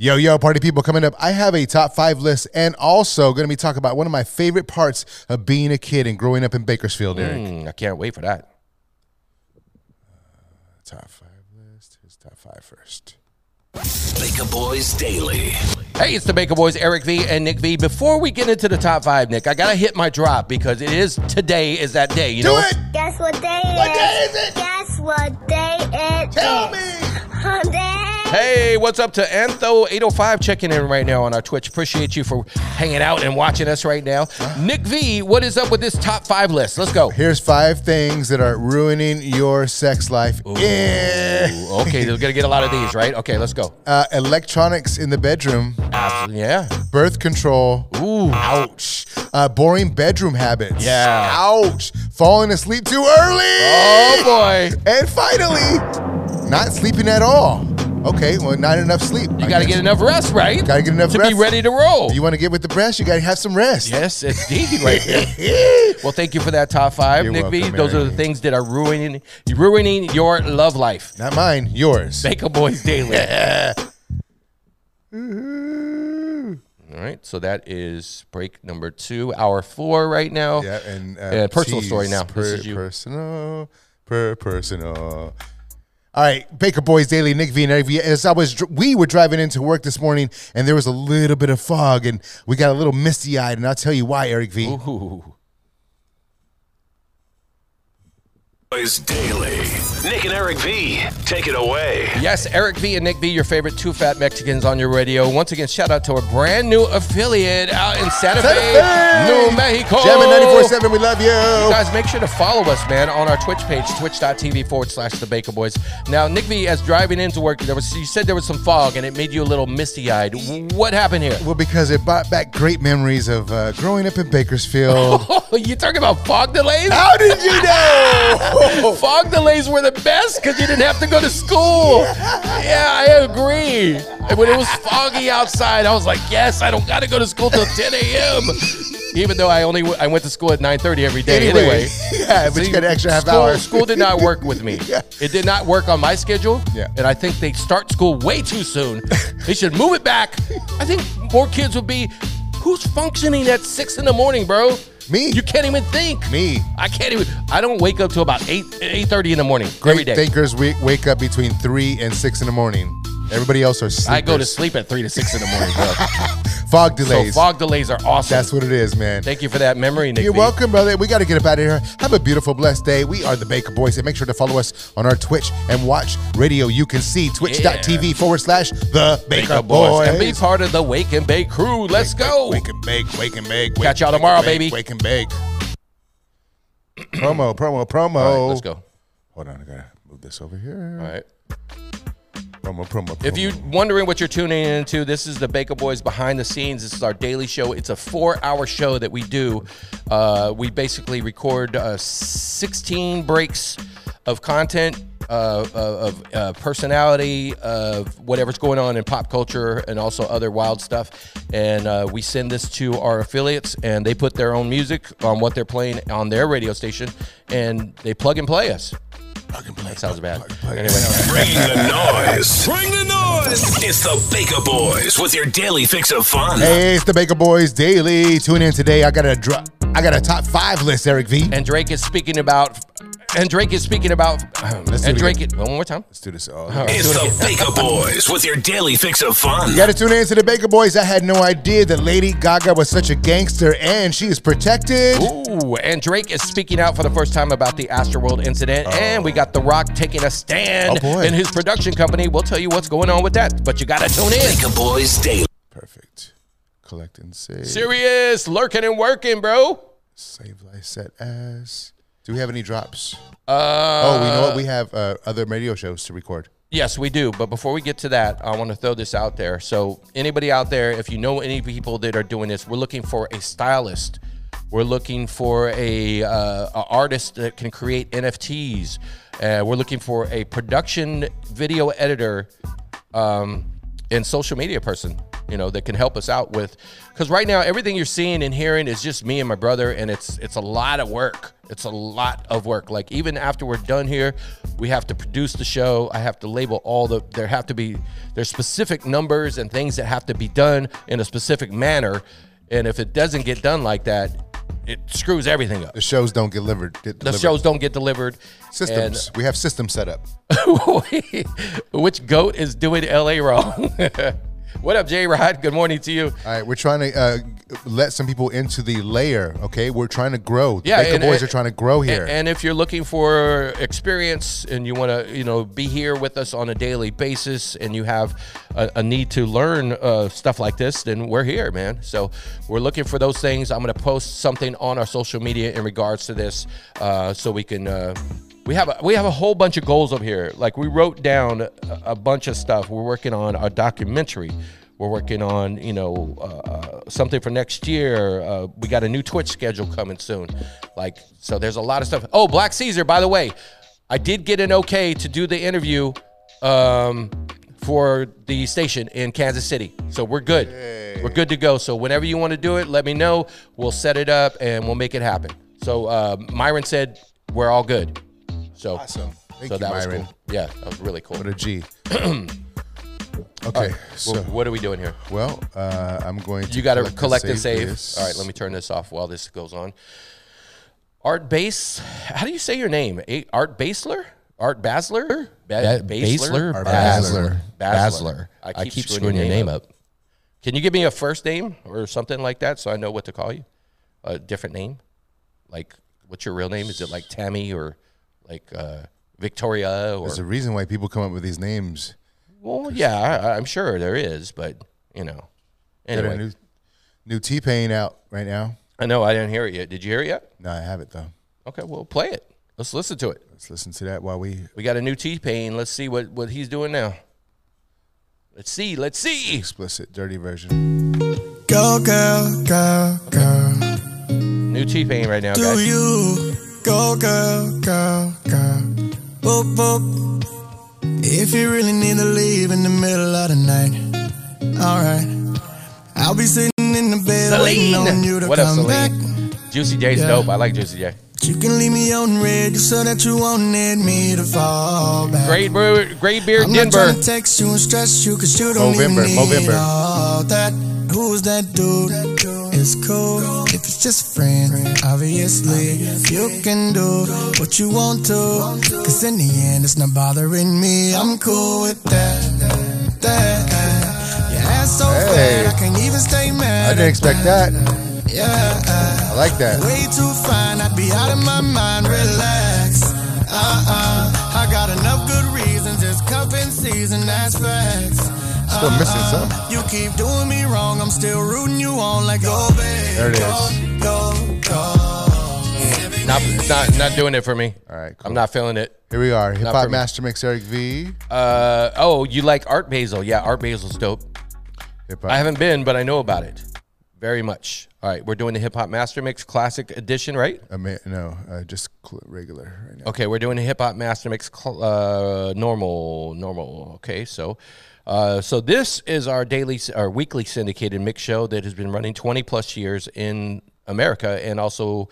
[SPEAKER 2] Yo, yo, party people coming up. I have a top five list and also going to be talking about one of my favorite parts of being a kid and growing up in Bakersfield, Eric.
[SPEAKER 1] Mm, I can't wait for that.
[SPEAKER 2] Top five list. Here's top five first.
[SPEAKER 3] Baker Boys Daily.
[SPEAKER 1] Hey, it's the Baker Boys, Eric V and Nick V. Before we get into the top five, Nick, I gotta hit my drop because it is today is that day. You
[SPEAKER 2] Do
[SPEAKER 1] know,
[SPEAKER 2] it!
[SPEAKER 9] Guess what day is?
[SPEAKER 2] What day is it?
[SPEAKER 9] Guess what day it
[SPEAKER 2] Tell
[SPEAKER 9] is?
[SPEAKER 2] me!
[SPEAKER 9] Monday.
[SPEAKER 1] Hey, what's up to Antho805 checking in right now on our Twitch? Appreciate you for hanging out and watching us right now. Nick V, what is up with this top five list? Let's go.
[SPEAKER 2] Here's five things that are ruining your sex life. Eh.
[SPEAKER 1] Ooh, Okay, we're gonna get a lot of these, right? Okay, let's go.
[SPEAKER 2] Uh, electronics in the bedroom, Uh,
[SPEAKER 1] Absolutely, yeah.
[SPEAKER 2] birth control.
[SPEAKER 1] Ooh,
[SPEAKER 2] Ouch. Uh, boring bedroom habits.
[SPEAKER 1] Yeah.
[SPEAKER 2] Ouch. Falling asleep too early.
[SPEAKER 1] oh boy,
[SPEAKER 2] And finally, not sleeping at all. Okay, well, not enough sleep.
[SPEAKER 1] you gotta get enough rest, right?
[SPEAKER 2] Gotta get enough
[SPEAKER 1] to
[SPEAKER 2] rest.
[SPEAKER 1] be ready to roll.
[SPEAKER 2] You want to get with the breast, you gotta have some rest.
[SPEAKER 1] Yes, it's indeed right there. well, thank you for that top 5
[SPEAKER 2] You're
[SPEAKER 1] Nick V.
[SPEAKER 2] welcome,
[SPEAKER 1] Those are
[SPEAKER 2] Eric.
[SPEAKER 1] the things that are ruining ruining your love life.
[SPEAKER 2] Not mine, yours.
[SPEAKER 1] Baker Boys Daily. All right, so that is break number two, hour four right now.
[SPEAKER 2] Yeah, and uh,
[SPEAKER 1] Yeah, personal
[SPEAKER 2] tease,
[SPEAKER 1] story now. This
[SPEAKER 2] Per,
[SPEAKER 1] is you.
[SPEAKER 2] Personal, per personal. All right, Baker Boys Daily, Nick V and Eric V. As I was, dr- we were driving into work this morning, and there was a little bit of fog, and we got a little misty eyed, and I'll tell you why, Eric V.
[SPEAKER 1] Ooh.
[SPEAKER 3] Boys Daily. Nick and Eric V, take it away.
[SPEAKER 1] Yes, Eric V and Nick V, your favorite two fat Mexicans on your radio. Once again, shout out to our brand new affiliate out in Santa
[SPEAKER 2] Santa
[SPEAKER 1] Fe,
[SPEAKER 2] Fe!
[SPEAKER 1] New Mexico.
[SPEAKER 2] Jamming 94.7, we love you.
[SPEAKER 1] Guys, make sure to follow us, man, on our Twitch page, twitch.tv forward slash the Baker Boys. Now, Nick V, as driving into work, there was you said there was some fog and it made you a little misty eyed. What happened here?
[SPEAKER 2] Well, because it brought back great memories of uh, growing up in Bakersfield.
[SPEAKER 1] Oh, you talking about fog delays?
[SPEAKER 2] How did you know?
[SPEAKER 1] Fog delays were the best because you didn't have to go to school. Yeah, I agree. And when it was foggy outside, I was like, yes, I don't got to go to school till 10 a.m. Even though I only I went to school at 9:30 every day. Anyway,
[SPEAKER 2] Anyway, yeah, but you got an extra half
[SPEAKER 1] school,
[SPEAKER 2] hour.
[SPEAKER 1] School did not work with me.
[SPEAKER 2] Yeah.
[SPEAKER 1] It did not work on my schedule.
[SPEAKER 2] Yeah.
[SPEAKER 1] And I think they start school way too soon. they should move it back. I think more kids would be. Who's functioning at six in the morning, bro?
[SPEAKER 2] Me.
[SPEAKER 1] You can't even think.
[SPEAKER 2] Me.
[SPEAKER 1] I can't even. I don't wake up till about eight eight thirty in the morning every
[SPEAKER 2] Great
[SPEAKER 1] day.
[SPEAKER 2] thinkers we wake up between three and six in the morning. Everybody else are sleepers.
[SPEAKER 1] I go to sleep at three to six in the morning, bro.
[SPEAKER 2] Fog
[SPEAKER 1] so
[SPEAKER 2] delays.
[SPEAKER 1] fog delays are awesome.
[SPEAKER 2] That's what it is, man.
[SPEAKER 1] Thank you for that memory, Nick.
[SPEAKER 2] You're
[SPEAKER 1] B.
[SPEAKER 2] welcome, brother. We got to get up out of here. Have a beautiful, blessed day. We are the Baker Boys, and make sure to follow us on our Twitch and watch radio. You can see twitch.tv forward slash the Baker,
[SPEAKER 1] Baker
[SPEAKER 2] Boys.
[SPEAKER 1] boys. and be part of the Wake and Bake crew. Let's go.
[SPEAKER 2] Wake and bake, wake and bake. Wake,
[SPEAKER 1] Catch y'all
[SPEAKER 2] wake and
[SPEAKER 1] tomorrow,
[SPEAKER 2] bake,
[SPEAKER 1] baby.
[SPEAKER 2] Wake and bake. promo, promo, promo.
[SPEAKER 1] All right, let's go.
[SPEAKER 2] Hold on, I gotta move this over here.
[SPEAKER 1] All right.
[SPEAKER 2] Promo, promo, promo.
[SPEAKER 1] If you're wondering what you're tuning into, this is the Baker Boys behind the scenes. This is our daily show. It's a four-hour show that we do. Uh, we basically record uh, 16 breaks of content, uh, of- of uh, personality, of whatever's going on in pop culture, and also other wild stuff. And uh, we send this to our affiliates, and they put their own music on what they're playing on their radio station, and they plug and play us. That sounds bad. Anyway.
[SPEAKER 3] Bring the noise.
[SPEAKER 4] Bring the noise.
[SPEAKER 3] It's the Baker Boys with your daily fix of fun.
[SPEAKER 2] hey, it's the Baker Boys Daily. Tune in today. I got a drop. I got a top five list, Eric V.
[SPEAKER 1] and Drake is speaking about and Drake is speaking about
[SPEAKER 2] Let's do
[SPEAKER 1] and
[SPEAKER 2] it
[SPEAKER 1] Drake it, one more time.
[SPEAKER 2] Let's do this. all
[SPEAKER 3] It's the Baker Boys with your daily fix of fun.
[SPEAKER 2] You gotta tune in to the Baker Boys. I had no idea that Lady Gaga was such a gangster and she is protected.
[SPEAKER 1] Ooh, and Drake is speaking out for the first time about the Astroworld incident, and we got The Rock taking a stand
[SPEAKER 2] Oh, boy.
[SPEAKER 1] in his production company. We'll tell you what's going on with that, but you gotta tune in.
[SPEAKER 3] Baker Boys Daily.
[SPEAKER 2] Perfect. Collect and save.
[SPEAKER 1] Serious, lurking and working, bro.
[SPEAKER 2] Save like set ass. Do we have any drops?
[SPEAKER 1] Uh,
[SPEAKER 2] oh, we know what? We have uh, other radio shows to record.
[SPEAKER 1] Yes, we do. But before we get to that, I want to throw this out there. So, anybody out there, if you know any people that are doing this, we're looking for a stylist. We're looking for a, uh, a artist that can create NFTs. Uh, we're looking for a production video editor um, and social media person. You know that can help us out with because right now everything you're seeing and hearing is just me and my brother, and it's it's a lot of work. It's a lot of work. Like even after we're done here, we have to produce the show. I have to label all the there have to be there's specific numbers and things that have to be done in a specific manner, and if it doesn't get done like that, it screws everything up.
[SPEAKER 2] The shows don't get delivered. Get
[SPEAKER 1] The
[SPEAKER 2] delivered.
[SPEAKER 1] shows don't get delivered. and-
[SPEAKER 2] systems. we have systems set up.
[SPEAKER 1] Which goat is doing LA wrong? what up, J Rod? Good morning to you.
[SPEAKER 2] All right, we're trying to uh, let some people into the layer. Okay, we're trying to grow. The
[SPEAKER 1] Yeah,
[SPEAKER 2] Baker
[SPEAKER 1] and-
[SPEAKER 2] Boys
[SPEAKER 1] and-
[SPEAKER 2] are trying to grow
[SPEAKER 1] A-
[SPEAKER 2] here.
[SPEAKER 1] And, if you're looking for experience and you want to, you know, be here with us on a daily basis, and you have a, a need to learn uh, stuff like this, then we're here, man. So we're looking for those things. I'm going to post something on our social media in regards to this, uh, so we can. Uh, we have, a, we have a whole bunch of goals up here. Like, we wrote down a, a bunch of stuff. We're working on a documentary. We're working on, you know, uh, uh, something for next year. Uh, we got a new Twitch schedule coming soon. Like, so there's a lot of stuff. Oh, Black Caesar, by the way, I did get an okay to do the interview um, for the station in Kansas City. So we're good. We're good to go. So whenever you want to do it, let me know. We'll set it up and we'll make it happen. So uh, Myron said we're all good. So
[SPEAKER 2] awesome. Thank
[SPEAKER 1] so
[SPEAKER 2] you,
[SPEAKER 1] that
[SPEAKER 2] Myron.
[SPEAKER 1] was cool. Yeah, that was really cool.
[SPEAKER 2] What a G.
[SPEAKER 1] All
[SPEAKER 2] okay,
[SPEAKER 1] right,
[SPEAKER 2] so
[SPEAKER 1] wh- what are we doing here?
[SPEAKER 2] well, uh, I'm going to
[SPEAKER 1] You got to collect, and
[SPEAKER 2] save
[SPEAKER 1] save.
[SPEAKER 2] this.
[SPEAKER 1] All right, let me turn this off while this goes on. Art Base, how do you say your name? A- Art Basler? Art Basler? Ba-
[SPEAKER 10] Basler or
[SPEAKER 2] Basler?
[SPEAKER 1] Basler.
[SPEAKER 10] Basler. I keep screwing your name up.
[SPEAKER 1] Can you give me a first name or something like that so I know what to call you? A different name? Like, what's your real name? Is it like Tammy or like uh, Victoria or
[SPEAKER 2] There's a reason why people come up with these names.
[SPEAKER 1] well, yeah, I, I'm sure there is, but you know,
[SPEAKER 2] Got
[SPEAKER 1] anyway,
[SPEAKER 2] a new, new T Pain out right now.
[SPEAKER 1] I know I didn't hear it yet. Did you hear it yet?
[SPEAKER 2] No, I have it though.
[SPEAKER 1] Okay, well, play it. Let's listen to it.
[SPEAKER 2] Let's listen to that while we
[SPEAKER 1] We got a new T Pain. Let's see what what he's doing now. Let's see. Let's see.
[SPEAKER 2] explicit dirty version.
[SPEAKER 11] Go, girl, go, go.
[SPEAKER 1] New T Pain right now,
[SPEAKER 11] Do
[SPEAKER 1] guys.
[SPEAKER 11] you? Go, girl, go, go. Boop, boop. If you really need to leave in the middle of the night, alright. I'll be sitting in the bed waiting on you to
[SPEAKER 1] Celine. What up,
[SPEAKER 11] come back.
[SPEAKER 1] Celine? Juicy J's
[SPEAKER 11] Yeah.
[SPEAKER 1] dope. I like Juicy J.
[SPEAKER 11] You can leave me on red just so that you won't need me to fall back.
[SPEAKER 1] Great beard, great beard,
[SPEAKER 11] I'm not
[SPEAKER 1] Denver.
[SPEAKER 11] trying to text you and stress you cause you don't
[SPEAKER 2] Movember,
[SPEAKER 11] even need
[SPEAKER 2] Movember.
[SPEAKER 11] all that. Who's that dude? It's cool if it's just a friend. Obviously, you can do what you want to. Cause in the end, it's not bothering me. I'm cool with that. that. Your ass so
[SPEAKER 2] Hey.
[SPEAKER 11] fat, I can't even stay
[SPEAKER 2] I
[SPEAKER 11] mad.
[SPEAKER 2] didn't expect that.
[SPEAKER 11] Yeah.
[SPEAKER 2] I like that.
[SPEAKER 11] Way too fine, I'd be out of my mind, relax. Uh-uh, I got enough good reasons, it's cuffing season, that's facts.
[SPEAKER 2] Still missing something.
[SPEAKER 11] You keep doing me wrong, I'm still rooting you on like go, babe.
[SPEAKER 2] There it is.
[SPEAKER 11] Go, go, go.
[SPEAKER 1] Not, not, not doing it for me.
[SPEAKER 2] All right, cool.
[SPEAKER 1] I'm not feeling it.
[SPEAKER 2] Here we are. Hip
[SPEAKER 1] for
[SPEAKER 2] Hop
[SPEAKER 1] me.
[SPEAKER 2] Master Mix Eric V.
[SPEAKER 1] Uh, oh, you like Art Basil? Yeah, Art Basil's dope.
[SPEAKER 2] Hip
[SPEAKER 1] I
[SPEAKER 2] Hop.
[SPEAKER 1] haven't been, but I know about it very much. All right, we're doing the Hip Hop Master Mix Classic Edition, right?
[SPEAKER 2] Ama- no, uh, just cl- regular right now.
[SPEAKER 1] Okay, we're doing a hip hop master mix, cl- uh, normal, normal. Okay, so, uh, so this is our daily, our weekly syndicated mix show that has been running twenty plus years in America and also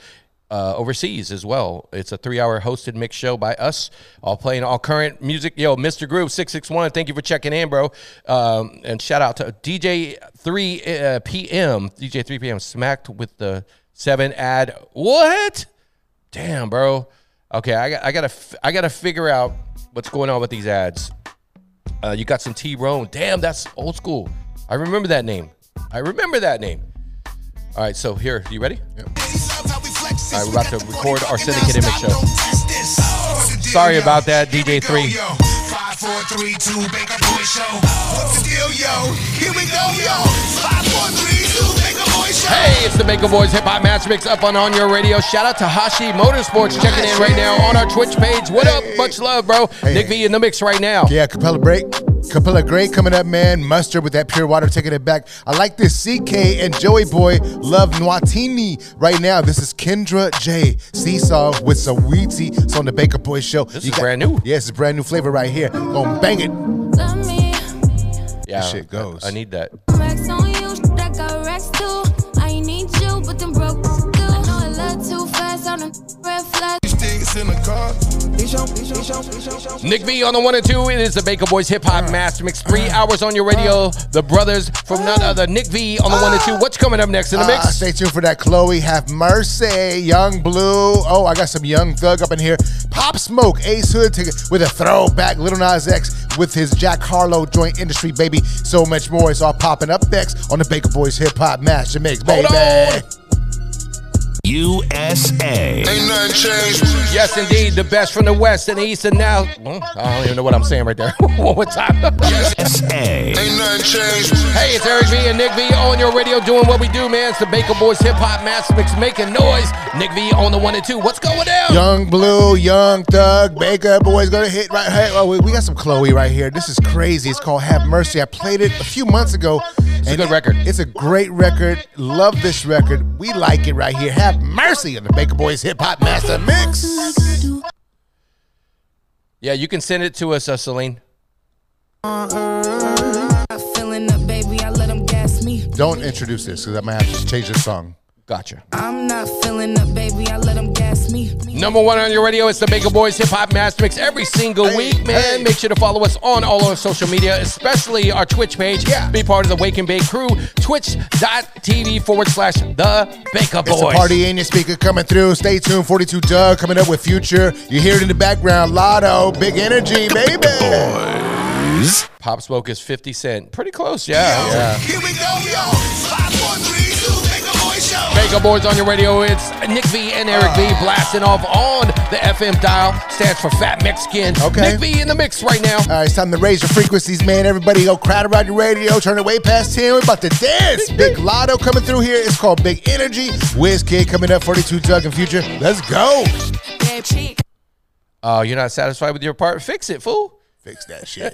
[SPEAKER 1] uh, overseas as well. It's a three-hour hosted mix show by us, all playing all current music. Yo, Mr. Groove six six one, thank you for checking in, bro. Um, and shout out to DJ three uh, PM, DJ three PM, smacked with the seven ad. What? Damn, bro. Okay, I got I gotta f- I gotta figure out what's going on with these ads. Uh, you got some T Roan. Damn, that's old school. I remember that name. I remember that name. All right, so here, you ready?
[SPEAKER 11] All right, we're about to record our syndicated mix show.
[SPEAKER 1] Sorry about that, DJ3.
[SPEAKER 11] Five, four, three, two, make a boy show. What's the deal, yo? Here we go, yo. Five, four, three, two, make a boy show.
[SPEAKER 1] Hey, it's the Baker Boys Hip Hop Match Mix up on On Your Radio. Shout out to Hashi Motorsports checking in right now on our Twitch page. What up? Much love, bro. Nick V in the mix right now.
[SPEAKER 2] Yeah, Capella Break. Capella Gray coming up, man. Mustard with that pure water taking it back. I like this CK and Joey Boy love Nwatini right now. This is Kendra J. Seesaw with Sawiti. It's on the Baker Boy Show. This
[SPEAKER 1] is brand new.
[SPEAKER 2] Yes, it's brand new flavor right here. Gonna bang it.
[SPEAKER 1] Yeah,
[SPEAKER 2] This shit goes.
[SPEAKER 1] I, I need that.
[SPEAKER 9] Racks on you, I got racks too. I ain't need you, but them broke do. I know I love too fast on them red flags.
[SPEAKER 1] Nick V on the one and two. It is the Baker Boys Hip Hop Master Mix. Three hours on your radio. The brothers from none other. Nick V on the one and two. What's coming up next in the
[SPEAKER 2] Ah,
[SPEAKER 1] mix?
[SPEAKER 2] stay tuned for that. Chloe, have mercy. Young Blue. Oh, I got some Young Thug up in here. Pop Smoke, Ace Hood to, with a throwback. Little Nas X with his Jack Harlow joint industry, baby. So much more. It's all popping up next on the Baker Boys Hip Hop Master Mix, baby.
[SPEAKER 1] on.
[SPEAKER 3] USA.
[SPEAKER 5] Ain't nothing changed.
[SPEAKER 1] Yes, indeed. The best from the West and the East and now. Mm, I don't even know what I'm saying right there. One more time.
[SPEAKER 3] USA.
[SPEAKER 5] Ain't nothing changed.
[SPEAKER 1] hey, it's Eric V and Nick V on your radio doing what we do, man. It's the Baker Boys Hip Hop Master Mix making noise. Nick V on the one and two. What's going down?
[SPEAKER 2] Young Blue, Young Thug, Baker Boys gonna hit right here. Oh, we we got some Chloe right here. This is crazy. It's called Have Mercy. I played it a few months ago. It's
[SPEAKER 1] good record.
[SPEAKER 2] It's a great record. Love this record. We like it right here. Have mercy on the Baker Boys Hip Hop Master Mix.
[SPEAKER 1] Yeah, you can send it to us, uh, Celine.
[SPEAKER 12] Filling up, baby, I let 'em gas me.
[SPEAKER 2] Don't introduce this because I might have to change the song.
[SPEAKER 1] Gotcha.
[SPEAKER 12] I'm not filling up, baby, I let 'em gas me.
[SPEAKER 1] Number one on your radio, it's the Baker Boys Hip Hop Master Mix every single week, man. Make sure to follow us on all our social media, especially our Twitch page.
[SPEAKER 2] Yeah.
[SPEAKER 1] Be part of the Wake and Bake crew, twitch.tv forward slash the Baker Boys.
[SPEAKER 2] It's a party in your speaker coming through. Stay tuned. 42 Doug coming up with Future. You hear it in the background. Lotto, big energy, baby.
[SPEAKER 1] Pop Smoke is 50 Cent. Pretty close, yeah.
[SPEAKER 2] Yeah.
[SPEAKER 11] Here we go, yo. Five, four, three, two, make a boy show.
[SPEAKER 1] Breaker Boards on your radio. It's Nick V and Eric V
[SPEAKER 2] Ah.
[SPEAKER 1] blasting off on the FM dial. Stands for Fat Mexican.
[SPEAKER 2] Okay.
[SPEAKER 1] Nick V in the mix right now.
[SPEAKER 2] All right, it's time to raise your frequencies, man. Everybody go crowd around your radio. Turn it way past 10. We're about to dance. Big Lotto coming through here. It's called Big Energy. Kid coming up, 42 Doug and Future. Let's go.
[SPEAKER 1] Oh, you're not satisfied with your part? Fix it, fool.
[SPEAKER 2] Fix that shit.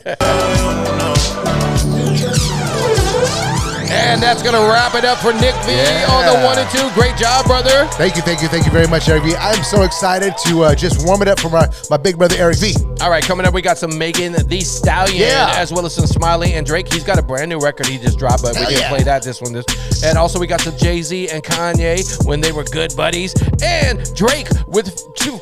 [SPEAKER 1] and that's going to wrap it up for Nick V on the one and two. Great job, brother.
[SPEAKER 2] Thank you, thank you, thank you very much, Eric V. I'm so excited to uh, just warm it up for my, my big brother, Eric V.
[SPEAKER 1] All right, coming up, we got some Megan the Stallion,
[SPEAKER 2] Yeah.
[SPEAKER 1] as well as some Smiley and Drake. He's got a brand new record he just dropped, but we
[SPEAKER 2] Hell
[SPEAKER 1] didn't
[SPEAKER 2] yeah.
[SPEAKER 1] play that this one. This and also we got some Jay Z and Kanye when they were good buddies, and Drake with Fu-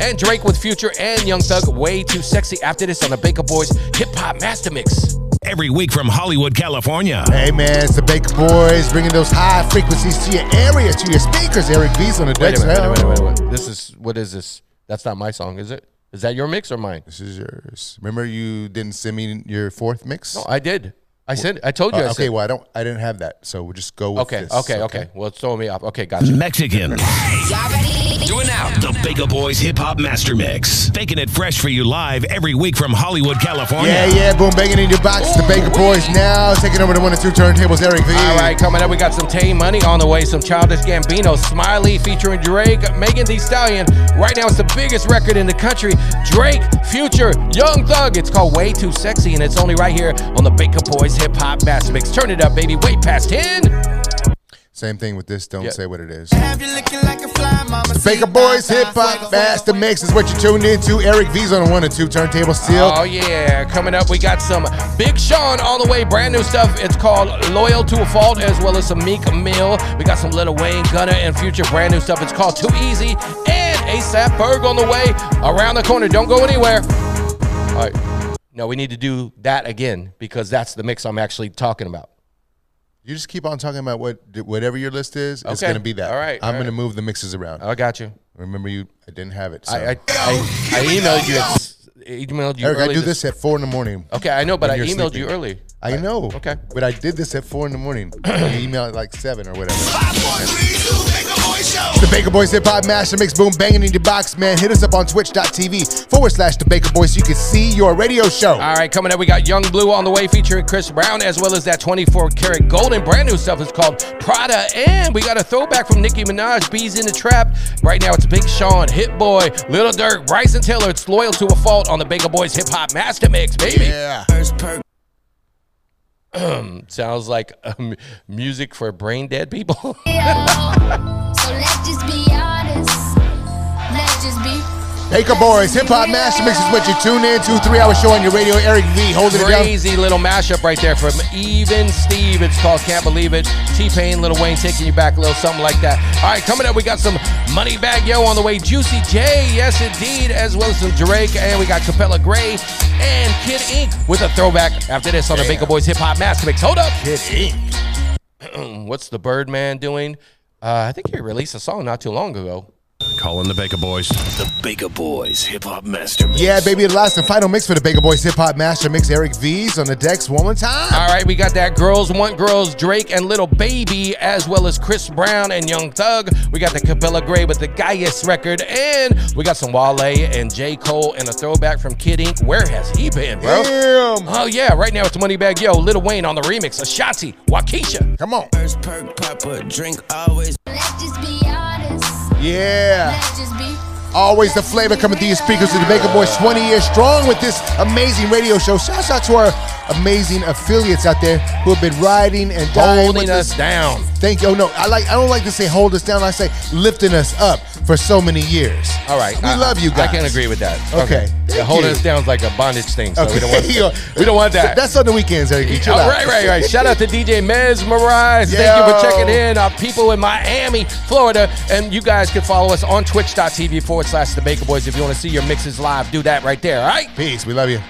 [SPEAKER 1] and Drake with Future and Young Thug, way too sexy. After this on the Baker Boys Hip Hop Master Mix.
[SPEAKER 4] Every week from Hollywood, California.
[SPEAKER 2] Hey, man, it's the Baker Boys bringing those high frequencies to your area, to your speakers. Eric V's on the
[SPEAKER 1] Wait
[SPEAKER 2] decks
[SPEAKER 1] a minute, wait a minute,
[SPEAKER 2] now.
[SPEAKER 1] wait a minute, wait. This is what is this? That's not my song, is it? Is that your mix or mine?
[SPEAKER 2] This is yours. Remember, you didn't send me your fourth mix.
[SPEAKER 1] No, I did. I said I told you.
[SPEAKER 2] Uh,
[SPEAKER 1] I
[SPEAKER 2] okay,
[SPEAKER 1] said,
[SPEAKER 2] well, I don't. I didn't have that, so we'll just go with
[SPEAKER 1] okay,
[SPEAKER 2] this.
[SPEAKER 1] okay, okay. Well, it's throwing me off. Okay, gotcha.
[SPEAKER 4] Mexican.
[SPEAKER 3] Do it now. The Baker Boys Hip Hop Master Mix.
[SPEAKER 4] Baking it fresh for you live every week from Hollywood,
[SPEAKER 1] Oh,
[SPEAKER 4] California.
[SPEAKER 2] Yeah, yeah, boom, banging in your box. the Baker Boys now taking over the one and two turntables. Eric V.
[SPEAKER 1] All right, coming up, we got some Tay Money on the way, some Childish Gambino, Smiley featuring Drake, Megan Thee Stallion. Right now, it's the biggest record in the country. Drake, Future, Young Thug. It's called Way Too Sexy, and it's only right here on the Baker Boys Hip Hop Master Mix. Turn it up, baby. Way past 10.
[SPEAKER 2] Same thing with this. Don't
[SPEAKER 1] Yeah.
[SPEAKER 2] say what it is.
[SPEAKER 11] Have you looking like a fly, mama?
[SPEAKER 2] Baker Boys Hip Hop Master Mix is what you tuned into. Eric V's on the one and two turntable still.
[SPEAKER 1] Oh, yeah. Coming up, we got some Big Sean on the way. Brand new stuff. It's called Loyal to a Fault, as well as some Meek Mill. We got some Little Wayne, Gunna, and Future. Brand new stuff. It's called Too Easy. And ASAP Ferg on the way. Around the corner. Don't go anywhere. All right. No, we need to do that again because that's the mix I'm actually talking about.
[SPEAKER 2] You just keep on talking about what whatever your list is. It's
[SPEAKER 1] Okay.
[SPEAKER 2] gonna be that.
[SPEAKER 1] All right,
[SPEAKER 2] I'm
[SPEAKER 1] all
[SPEAKER 2] gonna
[SPEAKER 1] right.
[SPEAKER 2] move the mixes around.
[SPEAKER 1] I got you.
[SPEAKER 2] Remember, you I didn't have it. So.
[SPEAKER 1] I, I, I, I emailed you. at- emailed you
[SPEAKER 2] Eric, I
[SPEAKER 1] early
[SPEAKER 2] do this, at four in the morning.
[SPEAKER 1] Okay, I know, but
[SPEAKER 2] when
[SPEAKER 1] I
[SPEAKER 2] you're
[SPEAKER 1] emailed
[SPEAKER 2] sleeping.
[SPEAKER 1] you early.
[SPEAKER 2] I know.
[SPEAKER 1] Oh, Okay.
[SPEAKER 2] But I did this at four in the morning. you email at like seven or whatever. The Baker Boys Hip Hop Master Mix Boom banging in your box, man. Hit us up on twitch.tv forward slash the Baker Boys so you can see your radio show.
[SPEAKER 1] All right, coming up, we got Young Blue on the way featuring Chris Brown, as well as that 24 karat golden brand new stuff. It's called Prada. And we got a throwback from Nicki Minaj, Bees in the Trap. Right now, it's Big Sean, Hit Boy, Little Dirk, Bryson Taylor. It's Loyal to a Fault on the Baker Boys Hip Hop Master Mix, baby.
[SPEAKER 2] Yeah.
[SPEAKER 1] Sounds like um, music for brain dead people.
[SPEAKER 9] So let's just be honest. Let's just be.
[SPEAKER 2] Baker Boys Hip Hop Master Mix is what you tune in to. Three hour show on your radio. Eric V holding it down.
[SPEAKER 1] Crazy little mashup right there from Even Steve. It's called Can't Believe It. T Pain, Little Wayne taking you back a little something like that. All right, coming up, we got some Money Bag Yo on the way. Juicy J, yes indeed, as well as some Drake. And we got Capella Gray and Kid Ink with a throwback after this on the Baker Boys Hip Hop Master Mix. Hold up. Kid Ink. What's the Birdman doing? Uh, I think he released a song not too long ago.
[SPEAKER 4] Calling the Baker Boys.
[SPEAKER 3] The Baker Boys Hip Hop Master Mix.
[SPEAKER 2] Yeah, baby, the last and final mix for the Baker Boys Hip Hop Master Mix. Eric V's on the decks one more time.
[SPEAKER 1] All right, we got that Girls Want Girls, Drake and Little Baby, as well as Chris Brown and Young Thug. We got the Capella Gray with the Gaius record, and we got some Wale and J. Cole and a throwback from Kid Ink. Where has he been, bro?
[SPEAKER 2] Damn.
[SPEAKER 1] Oh, yeah, right now it's Moneybag Yo, Little Wayne on the remix, Ashanti, Waukesha.
[SPEAKER 2] Come on.
[SPEAKER 11] First perk, pop a drink, always.
[SPEAKER 9] Let's just be honest.
[SPEAKER 2] Yeah.
[SPEAKER 9] Let's just be.
[SPEAKER 2] Always the flavor coming through your speakers to the Baker Boys 20 years strong with this amazing radio show. Shouts out to our amazing affiliates out there who have been riding and dying
[SPEAKER 1] Holding
[SPEAKER 2] with
[SPEAKER 1] us down.
[SPEAKER 2] Thank you. Oh no, I like I don't like to say hold us down. I say lifting us up for so many years.
[SPEAKER 1] All right.
[SPEAKER 2] we
[SPEAKER 1] I-
[SPEAKER 2] love you guys.
[SPEAKER 1] I can agree with that.
[SPEAKER 2] Okay,
[SPEAKER 1] Yeah,
[SPEAKER 2] thank
[SPEAKER 1] holding
[SPEAKER 2] you.
[SPEAKER 1] us down is like a bondage thing, so
[SPEAKER 2] Okay.
[SPEAKER 1] we, don't want, we don't want that.
[SPEAKER 2] That's on the weekends, Eric. Chill
[SPEAKER 1] All
[SPEAKER 2] out.
[SPEAKER 1] right, right, right. Shout out to DJ Mesmerize. Thank you for
[SPEAKER 2] Yo.
[SPEAKER 1] checking in. Our people in Miami, Florida. And you guys can follow us on twitch.tv forward slash the Baker Boys. If you want to see your mixes live, do that right there. All right.
[SPEAKER 2] Peace. We love you.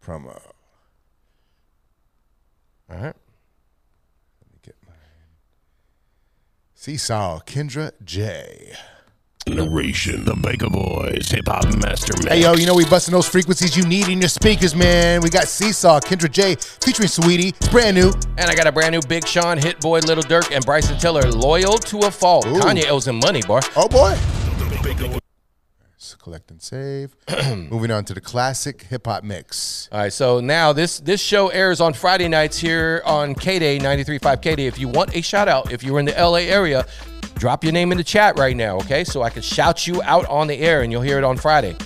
[SPEAKER 2] Promo. All right. Let me get my Seesaw Kendra J.
[SPEAKER 4] Generation, the Baker Boys, Hip Hop Master Mix.
[SPEAKER 2] Hey yo, you know we busting those frequencies you need in your speakers, man. We got Seesaw, Kendra J, featuring Sweetie. It's brand new.
[SPEAKER 1] And I got a brand new Big Sean, Hit Boy, Little Dirk, and Bryson Tiller, Loyal to a Fault. Kanye owes him money, boy.
[SPEAKER 2] Oh boy. Collect and save. Moving on to the classic hip hop mix.
[SPEAKER 1] All right, so now this this show airs on Friday nights here on K Day 93.5 K Day. If you want a shout out, if you're in the LA area, drop your name in the chat right now, okay? So I can shout you out on the air and you'll hear it on Friday,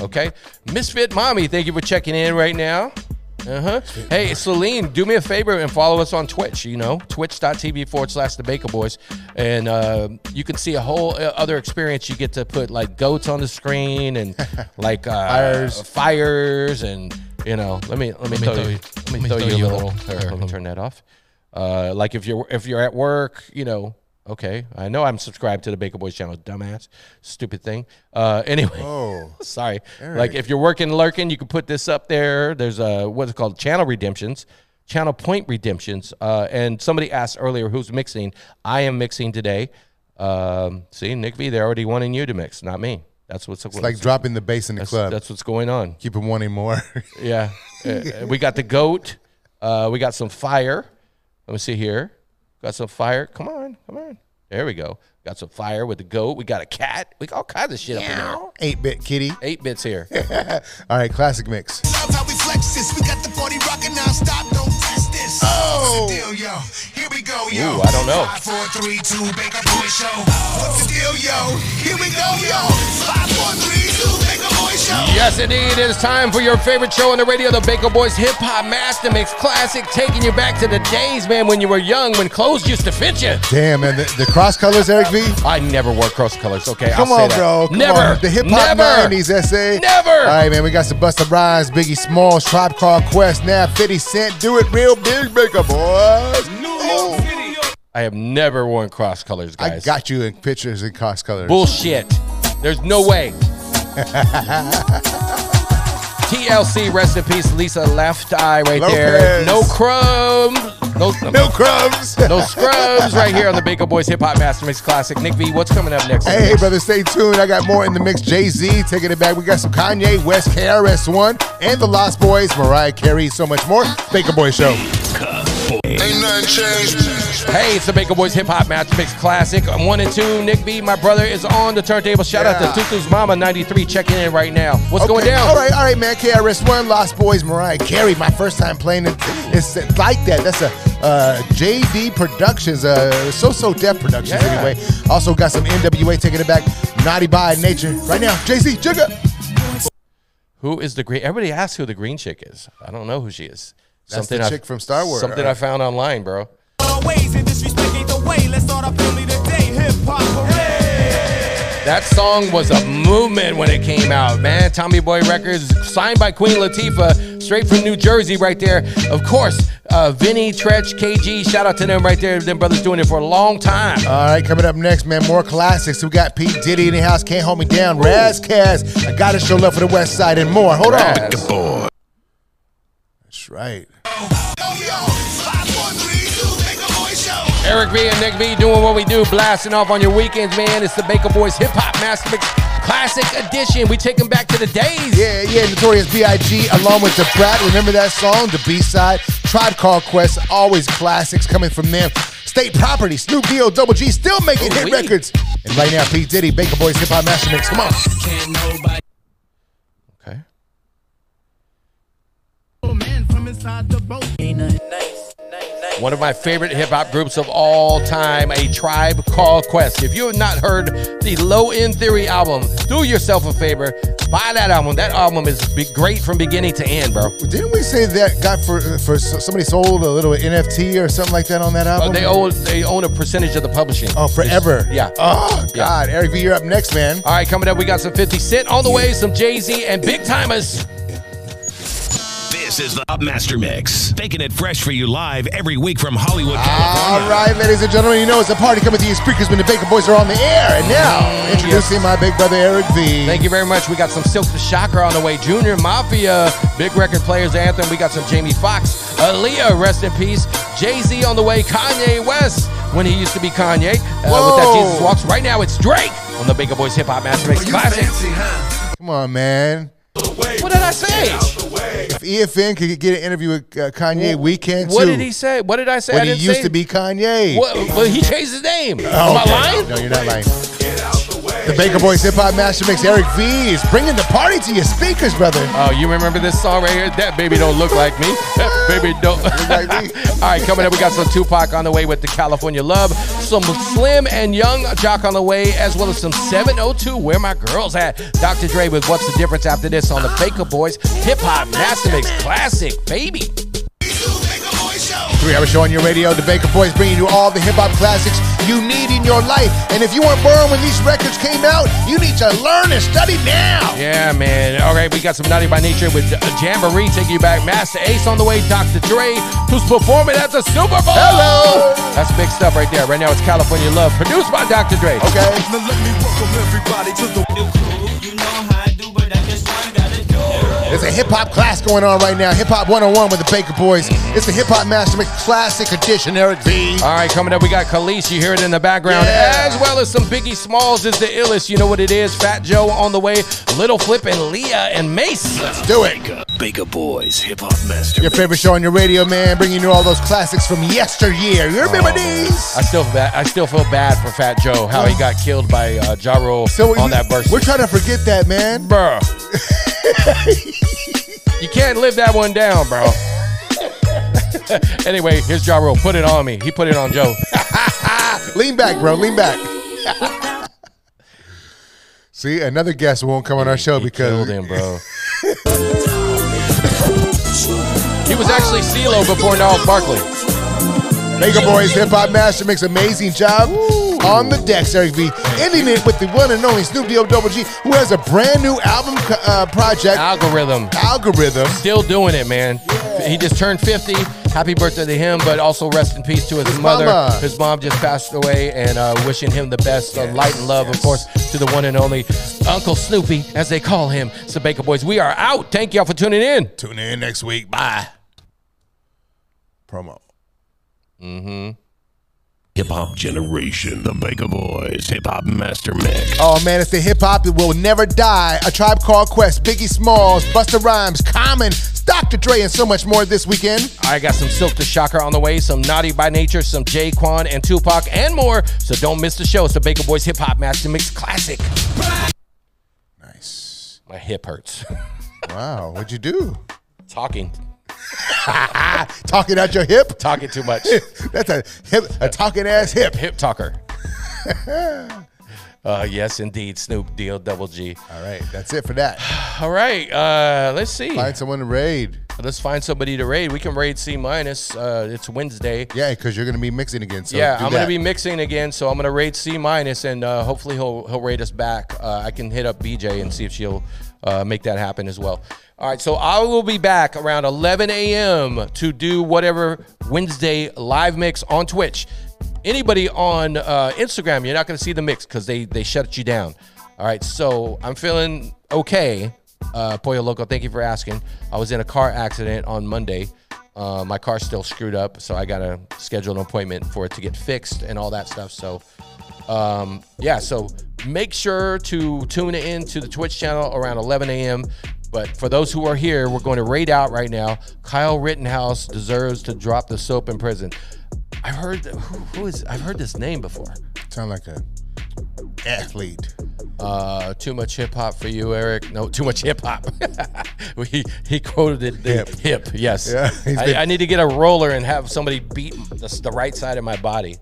[SPEAKER 1] okay? Misfit Mommy, thank you for checking in right now. Uh huh. Hey, Celine, do me a favor and follow us on Twitch, you know, twitch.tv forward slash the Baker Boys. And uh, you can see a whole uh, other experience. You get to put like goats on the screen and like uh,
[SPEAKER 2] Fires.
[SPEAKER 1] fires and you know let me let me, throw, you let me throw you a little here,
[SPEAKER 10] here,
[SPEAKER 1] let me turn that off uh like if you're if you're at work you know okay i know i'm subscribed to the baker boys channel dumbass stupid thing uh anyway
[SPEAKER 2] Oh.
[SPEAKER 1] sorry
[SPEAKER 2] Eric.
[SPEAKER 1] like if you're working lurking you can put this up there there's uh what's it called channel redemptions channel point redemptions uh and somebody asked earlier who's mixing i am mixing today um see nick v they're already wanting you to mix not me that's what's
[SPEAKER 2] It's like dropping the bass in the
[SPEAKER 1] that's,
[SPEAKER 2] club.
[SPEAKER 1] that's what's going on
[SPEAKER 2] Keep him wanting more.
[SPEAKER 1] yeah. Uh, we got the goat. Uh, we got some fire. Let me see here. Got some fire. Come on. Come on. There we go. Got some fire with the goat. We got a cat. We got all kinds of shit up in there.
[SPEAKER 2] Eight bit kitty.
[SPEAKER 1] Eight bits here.
[SPEAKER 2] All right, classic mix.
[SPEAKER 13] Love how we flex this. We got the body rocking non-stop. Don't test this. Oh. What's the deal, yo? Here we go, yo.
[SPEAKER 1] Ooh, I don't know.
[SPEAKER 13] Five, four, three, two, Baker Boy Show. What's the deal, yo? Here we go, yo. Five, four, three, two, Baker Boy Show.
[SPEAKER 1] Yes, indeed. It is time for your favorite show on the radio, the Baker Boys Hip Hop Master Mix Classic, taking you back to the days, man, when you were young, when clothes used to fit you.
[SPEAKER 2] Damn, man. The, the cross colors, Eric V.
[SPEAKER 1] I never wore cross colors. Okay,
[SPEAKER 2] Come
[SPEAKER 1] I'll say
[SPEAKER 2] on,
[SPEAKER 1] that.
[SPEAKER 2] bro. Come
[SPEAKER 1] never.
[SPEAKER 2] on. The hip hop eh?
[SPEAKER 1] Never.
[SPEAKER 2] 90s essay.
[SPEAKER 1] Never.
[SPEAKER 2] All right, man. We got some Busta Rhymes, Biggie Smalls, Tribe Called Quest, now 50 Cent. Do it real big, Baker Boys. Oh,
[SPEAKER 1] I have never worn cross colors,
[SPEAKER 2] I
[SPEAKER 1] guys.
[SPEAKER 2] got you in pictures and cross colors.
[SPEAKER 1] Bullshit. There's no way. TLC, rest in peace, Lisa Left Eye right there.
[SPEAKER 2] Lopez.
[SPEAKER 1] No crumbs. No,
[SPEAKER 2] No crumbs.
[SPEAKER 1] no scrubs right here on the Baker Boys Hip Hop Master Mix Classic. Nick V, what's coming up next?
[SPEAKER 2] Hey, hey, brother, stay tuned. I got more in the mix. Jay Z taking it back. We got some Kanye West, KRS1, and the Lost Boys, Mariah Carey, so much more. Baker Boy Show.
[SPEAKER 5] Ain't nothing changed.
[SPEAKER 1] Hey, it's the Baker Boys Hip Hop Master Mix Classic. I'm one and two. Nick V, my brother, is on the turntable. Shout out to
[SPEAKER 2] Yeah.
[SPEAKER 1] Tutu's Mama 93 checking in right now. What's going
[SPEAKER 2] Okay,
[SPEAKER 1] down?
[SPEAKER 2] All right, all right, man. KRS1, Lost Boys, Mariah Carey. My first time playing it. It's like that. That's a uh, JD Productions, uh, So So Def Productions,
[SPEAKER 1] Yeah.
[SPEAKER 2] anyway. Also got some NWA taking it back. Naughty by Nature. Right now, Jay Z, Jigga.
[SPEAKER 1] Who is the green? Everybody asks who the green chick is. I don't know who she is.
[SPEAKER 2] That's the chick from Star Wars,
[SPEAKER 1] Something I
[SPEAKER 2] right?
[SPEAKER 1] found online, bro.
[SPEAKER 14] Always in disrespect ain't the way. Let's start our family today. Hip hop parade.
[SPEAKER 1] That song was a movement when it came out, man. Tommy Boy Records, signed by Queen Latifah, straight from New Jersey, right there. Of course, uh, Vinny, Tretch, KG, shout out to them right there. Them brothers doing it for a long time. Uh,
[SPEAKER 2] All right, coming up next, man, more classics. We got Pete Diddy in the house, Can't Hold Me Down, Raz Kaz, I Gotta Show Love for the West Side, and more. Hold on.
[SPEAKER 1] Raz.
[SPEAKER 2] That's right.
[SPEAKER 13] Five, four, three, two, Baker Boy Show.
[SPEAKER 1] Eric B and Nick B doing what we do, blasting off on your weekends, man. It's the Baker Boys Hip Hop Master Mix Classic Edition. We take them back to the days.
[SPEAKER 2] Yeah, yeah, Notorious B.I.G. along with The Brat. Remember that song, The B-Side? Tribe Called Quest, always classics coming from them. State Property, Snoop D.O. Double G, still making hit
[SPEAKER 1] Ooh-wee.
[SPEAKER 2] records. And right now, Pete Diddy, Baker Boys Hip Hop Master Mix. Come on.
[SPEAKER 14] Can't nobody.
[SPEAKER 1] Okay.
[SPEAKER 14] Man from inside the boat. Ain't nothing nice.
[SPEAKER 1] One of my favorite hip hop groups of all time, a tribe called Quest. If you have not heard the Low End Theory album, do yourself a favor, buy that album. That album is be- great from beginning to end, bro.
[SPEAKER 2] Didn't we say that got for, for somebody sold a little NFT or something like that on that
[SPEAKER 1] Uh,
[SPEAKER 2] album?
[SPEAKER 1] they own they own a percentage of the publishing.
[SPEAKER 2] Oh, forever.
[SPEAKER 1] Yeah.
[SPEAKER 2] Oh,
[SPEAKER 1] Yeah.
[SPEAKER 2] God. Eric V, you're up next, man.
[SPEAKER 1] All right, coming up, we got some 50 Cent on the way, some Jay Z, and Big Timers.
[SPEAKER 4] This is the Hop Master Mix, making it fresh for you live every week from Hollywood,
[SPEAKER 2] All
[SPEAKER 4] California.
[SPEAKER 2] right, ladies and gentlemen, you know it's a party coming to your speakers when the Baker Boys are on the air. And now, introducing my big brother Eric V.
[SPEAKER 1] Thank you very much. We got some Silk the Shocker on the way, Junior Mafia, Big Record Players Anthem. We got some Jamie Foxx, Aaliyah, rest in peace, Jay Z on the way, Kanye West when he used to be Kanye uh, with that
[SPEAKER 2] Whoa.
[SPEAKER 1] Jesus Walks. Right now it's Drake. on the Baker Boys Hip Hop Master Mix Classic.
[SPEAKER 2] Come on, man.
[SPEAKER 1] What did I say?
[SPEAKER 2] If EFN could get an interview with uh, Kanye, we can too.
[SPEAKER 1] What did he say? What did I say?
[SPEAKER 2] When
[SPEAKER 1] I
[SPEAKER 2] he
[SPEAKER 1] didn't
[SPEAKER 2] used
[SPEAKER 1] say-
[SPEAKER 2] to be Kanye.
[SPEAKER 1] What, well, he changed his name.
[SPEAKER 2] Oh,
[SPEAKER 1] Am I
[SPEAKER 2] okay.
[SPEAKER 1] lying?
[SPEAKER 2] No, you're not lying. The Baker Boys Hip Hop Master Mix, Eric V, is bringing the party to your speakers, brother.
[SPEAKER 1] Oh, you remember this song right here? That baby don't look like me. That baby don't look like me. All right, coming up, we got some Tupac on the way with the California Love, some Slim and Young Jock on the way, as well as some 702 Where My Girls At. Dr. Dre with What's the Difference after this on the Baker Boys Hip Hop Master Mix Classic, baby.
[SPEAKER 2] Three hour show on your radio. The Baker Boys bringing you all the hip hop classics you need in your life. And if you weren't born when these records came out, you need to learn and study now.
[SPEAKER 1] Yeah, man. All right, we got some Naughty by Nature with uh, Jamboree taking you back. Master Ace on the way. Dr. Dre, who's performing at the Super Bowl. Hello. That's big stuff right there. Right now, it's California Love, produced by Dr. Dre. Okay.
[SPEAKER 15] Now let me welcome everybody to the
[SPEAKER 2] There's a hip hop class going on right now. Hip Hop 101 with the Baker Boys.
[SPEAKER 1] Mm-hmm.
[SPEAKER 2] It's the Hip Hop Master Mix Classic Edition, Eric V.
[SPEAKER 1] All right, coming up, we got Khalees. You hear it in the background, as well as some Biggie Smalls is the illest. You know what it is? Fat Joe on the way. Little Flip and Leah and Mace. Let's
[SPEAKER 2] do it.
[SPEAKER 3] Baker Boys Hip Hop Master.
[SPEAKER 2] Your favorite show on your radio, man, bringing you all those classics from yesteryear. You
[SPEAKER 1] Oh.
[SPEAKER 2] remember these?
[SPEAKER 1] I still ba- I still feel bad for Fat Joe how he got killed by uh, Ja Rule on that verse.
[SPEAKER 2] We're trying to forget that, man.
[SPEAKER 1] Bruh. You can't live that one down, bro. anyway, here's Ja Rule. Put it on me. He put it on Joe.
[SPEAKER 2] Lean back, bro. Lean back. See, another guest won't come on our show because.
[SPEAKER 1] him, bro. He was actually CeeLo before Gnarls Barkley.
[SPEAKER 2] Mega Boys Hip Hop Master makes amazing job on the decks, Eric V. Ending it with the one and only Snoop D-O Double G, who has a brand new album co- uh, project.
[SPEAKER 1] Algorithm.
[SPEAKER 2] Algorithm.
[SPEAKER 1] Still doing it, man. He just turned 50. Happy birthday to him, but also rest in peace to his, mother.
[SPEAKER 2] mama.
[SPEAKER 1] His mom just passed away, and uh, wishing him the best. Uh, light and love, of course, to the one and only Uncle Snoopy, as they call him. So, Baker Boys, we are out. Thank y'all for tuning in.
[SPEAKER 2] Tune in next week. Bye. Promo.
[SPEAKER 1] Mm-hmm.
[SPEAKER 4] Hip Hop Generation, the Baker Boys Hip Hop Master Mix.
[SPEAKER 2] Oh man, it's the hip hop that will never die. A Tribe Called Quest, Biggie Smalls, Busta Rhymes, Common, Dr. Dre, and so much more this weekend.
[SPEAKER 1] I got some Silk the Shocker on the way, some Naughty by Nature, some Jaquan and Tupac, and more. So don't miss the show. It's the Baker Boys Hip Hop Master Mix Classic. Nice. My hip hurts.
[SPEAKER 2] Wow, what'd you do?
[SPEAKER 1] Talking.
[SPEAKER 2] Talking out your hip?
[SPEAKER 1] Talking too much.
[SPEAKER 2] That's a hip, a talking ass hip.
[SPEAKER 1] Hip talker. Uh, yes, indeed. Snoop Deal Double G.
[SPEAKER 2] All right, that's it for that.
[SPEAKER 1] All right. Uh, let's see.
[SPEAKER 2] Find someone to raid.
[SPEAKER 1] Let's find somebody to raid. We can raid C minus. Uh, it's Wednesday.
[SPEAKER 2] Yeah, because you're gonna be mixing again. So
[SPEAKER 1] yeah,
[SPEAKER 2] do
[SPEAKER 1] I'm gonna
[SPEAKER 2] that.
[SPEAKER 1] be mixing again, so I'm gonna rate C minus, and uh, hopefully he'll he'll rate us back. Uh, I can hit up BJ and see if she'll uh, make that happen as well. All right, so I will be back around 11 a.m. to do whatever Wednesday live mix on Twitch. Anybody on uh, Instagram, you're not gonna see the mix because they they shut you down. All right, so I'm feeling okay. Uh, Pollo Loco, thank you for asking. I was in a car accident on Monday. Uh, my car's still screwed up, so I gotta schedule an appointment for it to get fixed and all that stuff. So, um, yeah, so make sure to tune in to the Twitch channel around 11 a.m. But for those who are here, we're going to raid out right now. Kyle Rittenhouse deserves to drop the soap in prison. I've heard that, who, who is I've heard this name before.
[SPEAKER 2] Sound like a athlete.
[SPEAKER 1] Uh, too much hip hop for you, Eric. No, too much hip hop. he he quoted it the hip. yes.
[SPEAKER 2] Yeah, he's
[SPEAKER 1] I,
[SPEAKER 2] been-
[SPEAKER 1] I need to get a roller and have somebody beat the, the right side of my body.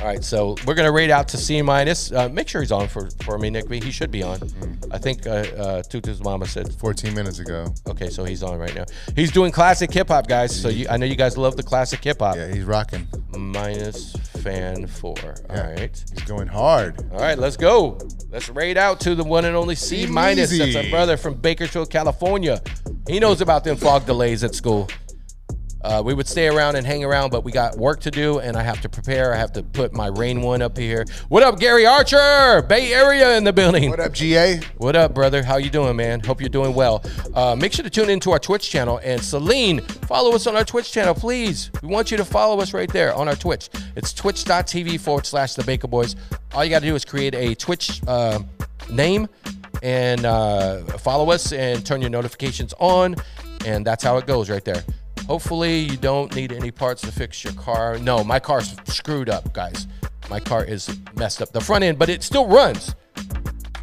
[SPEAKER 1] All right, so we're gonna rate out to C minus. Uh, make sure he's on for, for me, Nick. He should be on.
[SPEAKER 2] Mm.
[SPEAKER 1] I think uh, uh, Tutu's mama said
[SPEAKER 2] 14 minutes ago.
[SPEAKER 1] Okay, so he's on right now. He's doing classic hip hop, guys. So you, I know you guys love the classic hip hop.
[SPEAKER 2] Yeah, he's rocking.
[SPEAKER 1] Minus fan four.
[SPEAKER 2] Yeah,
[SPEAKER 1] All right.
[SPEAKER 2] He's going hard.
[SPEAKER 1] All right, let's go. Let's raid out to the one and only C minus. That's
[SPEAKER 2] Easy.
[SPEAKER 1] our brother from Bakersfield, California. He knows about them fog delays at school. Uh, we would stay around and hang around, but we got work to do, and I have to prepare. I have to put my rain one up here. What up, Gary Archer? Bay Area in the building. What
[SPEAKER 2] up, GA?
[SPEAKER 1] What up, brother? How you doing, man? Hope you're doing well. Uh, make sure to tune into our Twitch channel. And Celine, follow us on our Twitch channel, please. We want you to follow us right there on our Twitch. It's twitch.tv forward slash The Baker Boys. All you got to do is create a Twitch uh, name and uh, follow us and turn your notifications on. And that's how it goes right there. Hopefully, you don't need any parts to fix your car. No, my car's screwed up, guys. My car is messed up the front end, but it still runs.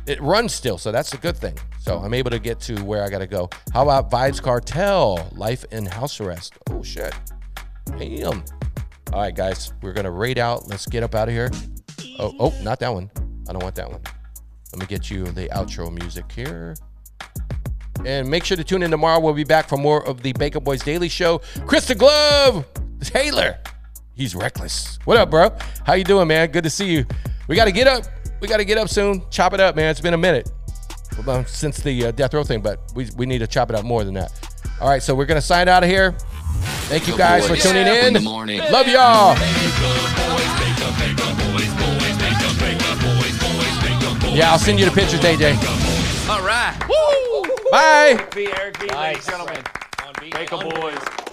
[SPEAKER 1] It runs still, so that's a good thing. So I'm able to get to where I gotta go. How about Vibes Cartel? Life in house arrest. Oh shit. Damn. All right, guys, we're gonna raid out. Let's get up out of here. Oh, oh, not that one. I don't want that one. Let me get you the outro music here. And make sure to tune in tomorrow. We'll be back for more of the Baker Boys Daily Show. Krista Glove, Taylor, he's reckless. What up, bro? How you doing, man? Good to see you. We got to get up. We got to get up soon. Chop it up, man. It's been a minute well, since the uh, death row thing, but we, we need to chop it up more than that. All right, so we're gonna sign out of here. Thank you guys for tuning in. Love y'all. Yeah, I'll send you the pictures, DJ.
[SPEAKER 16] All right.
[SPEAKER 1] Bye.
[SPEAKER 16] Be Eric B, ladies and gentlemen. Baker Boys.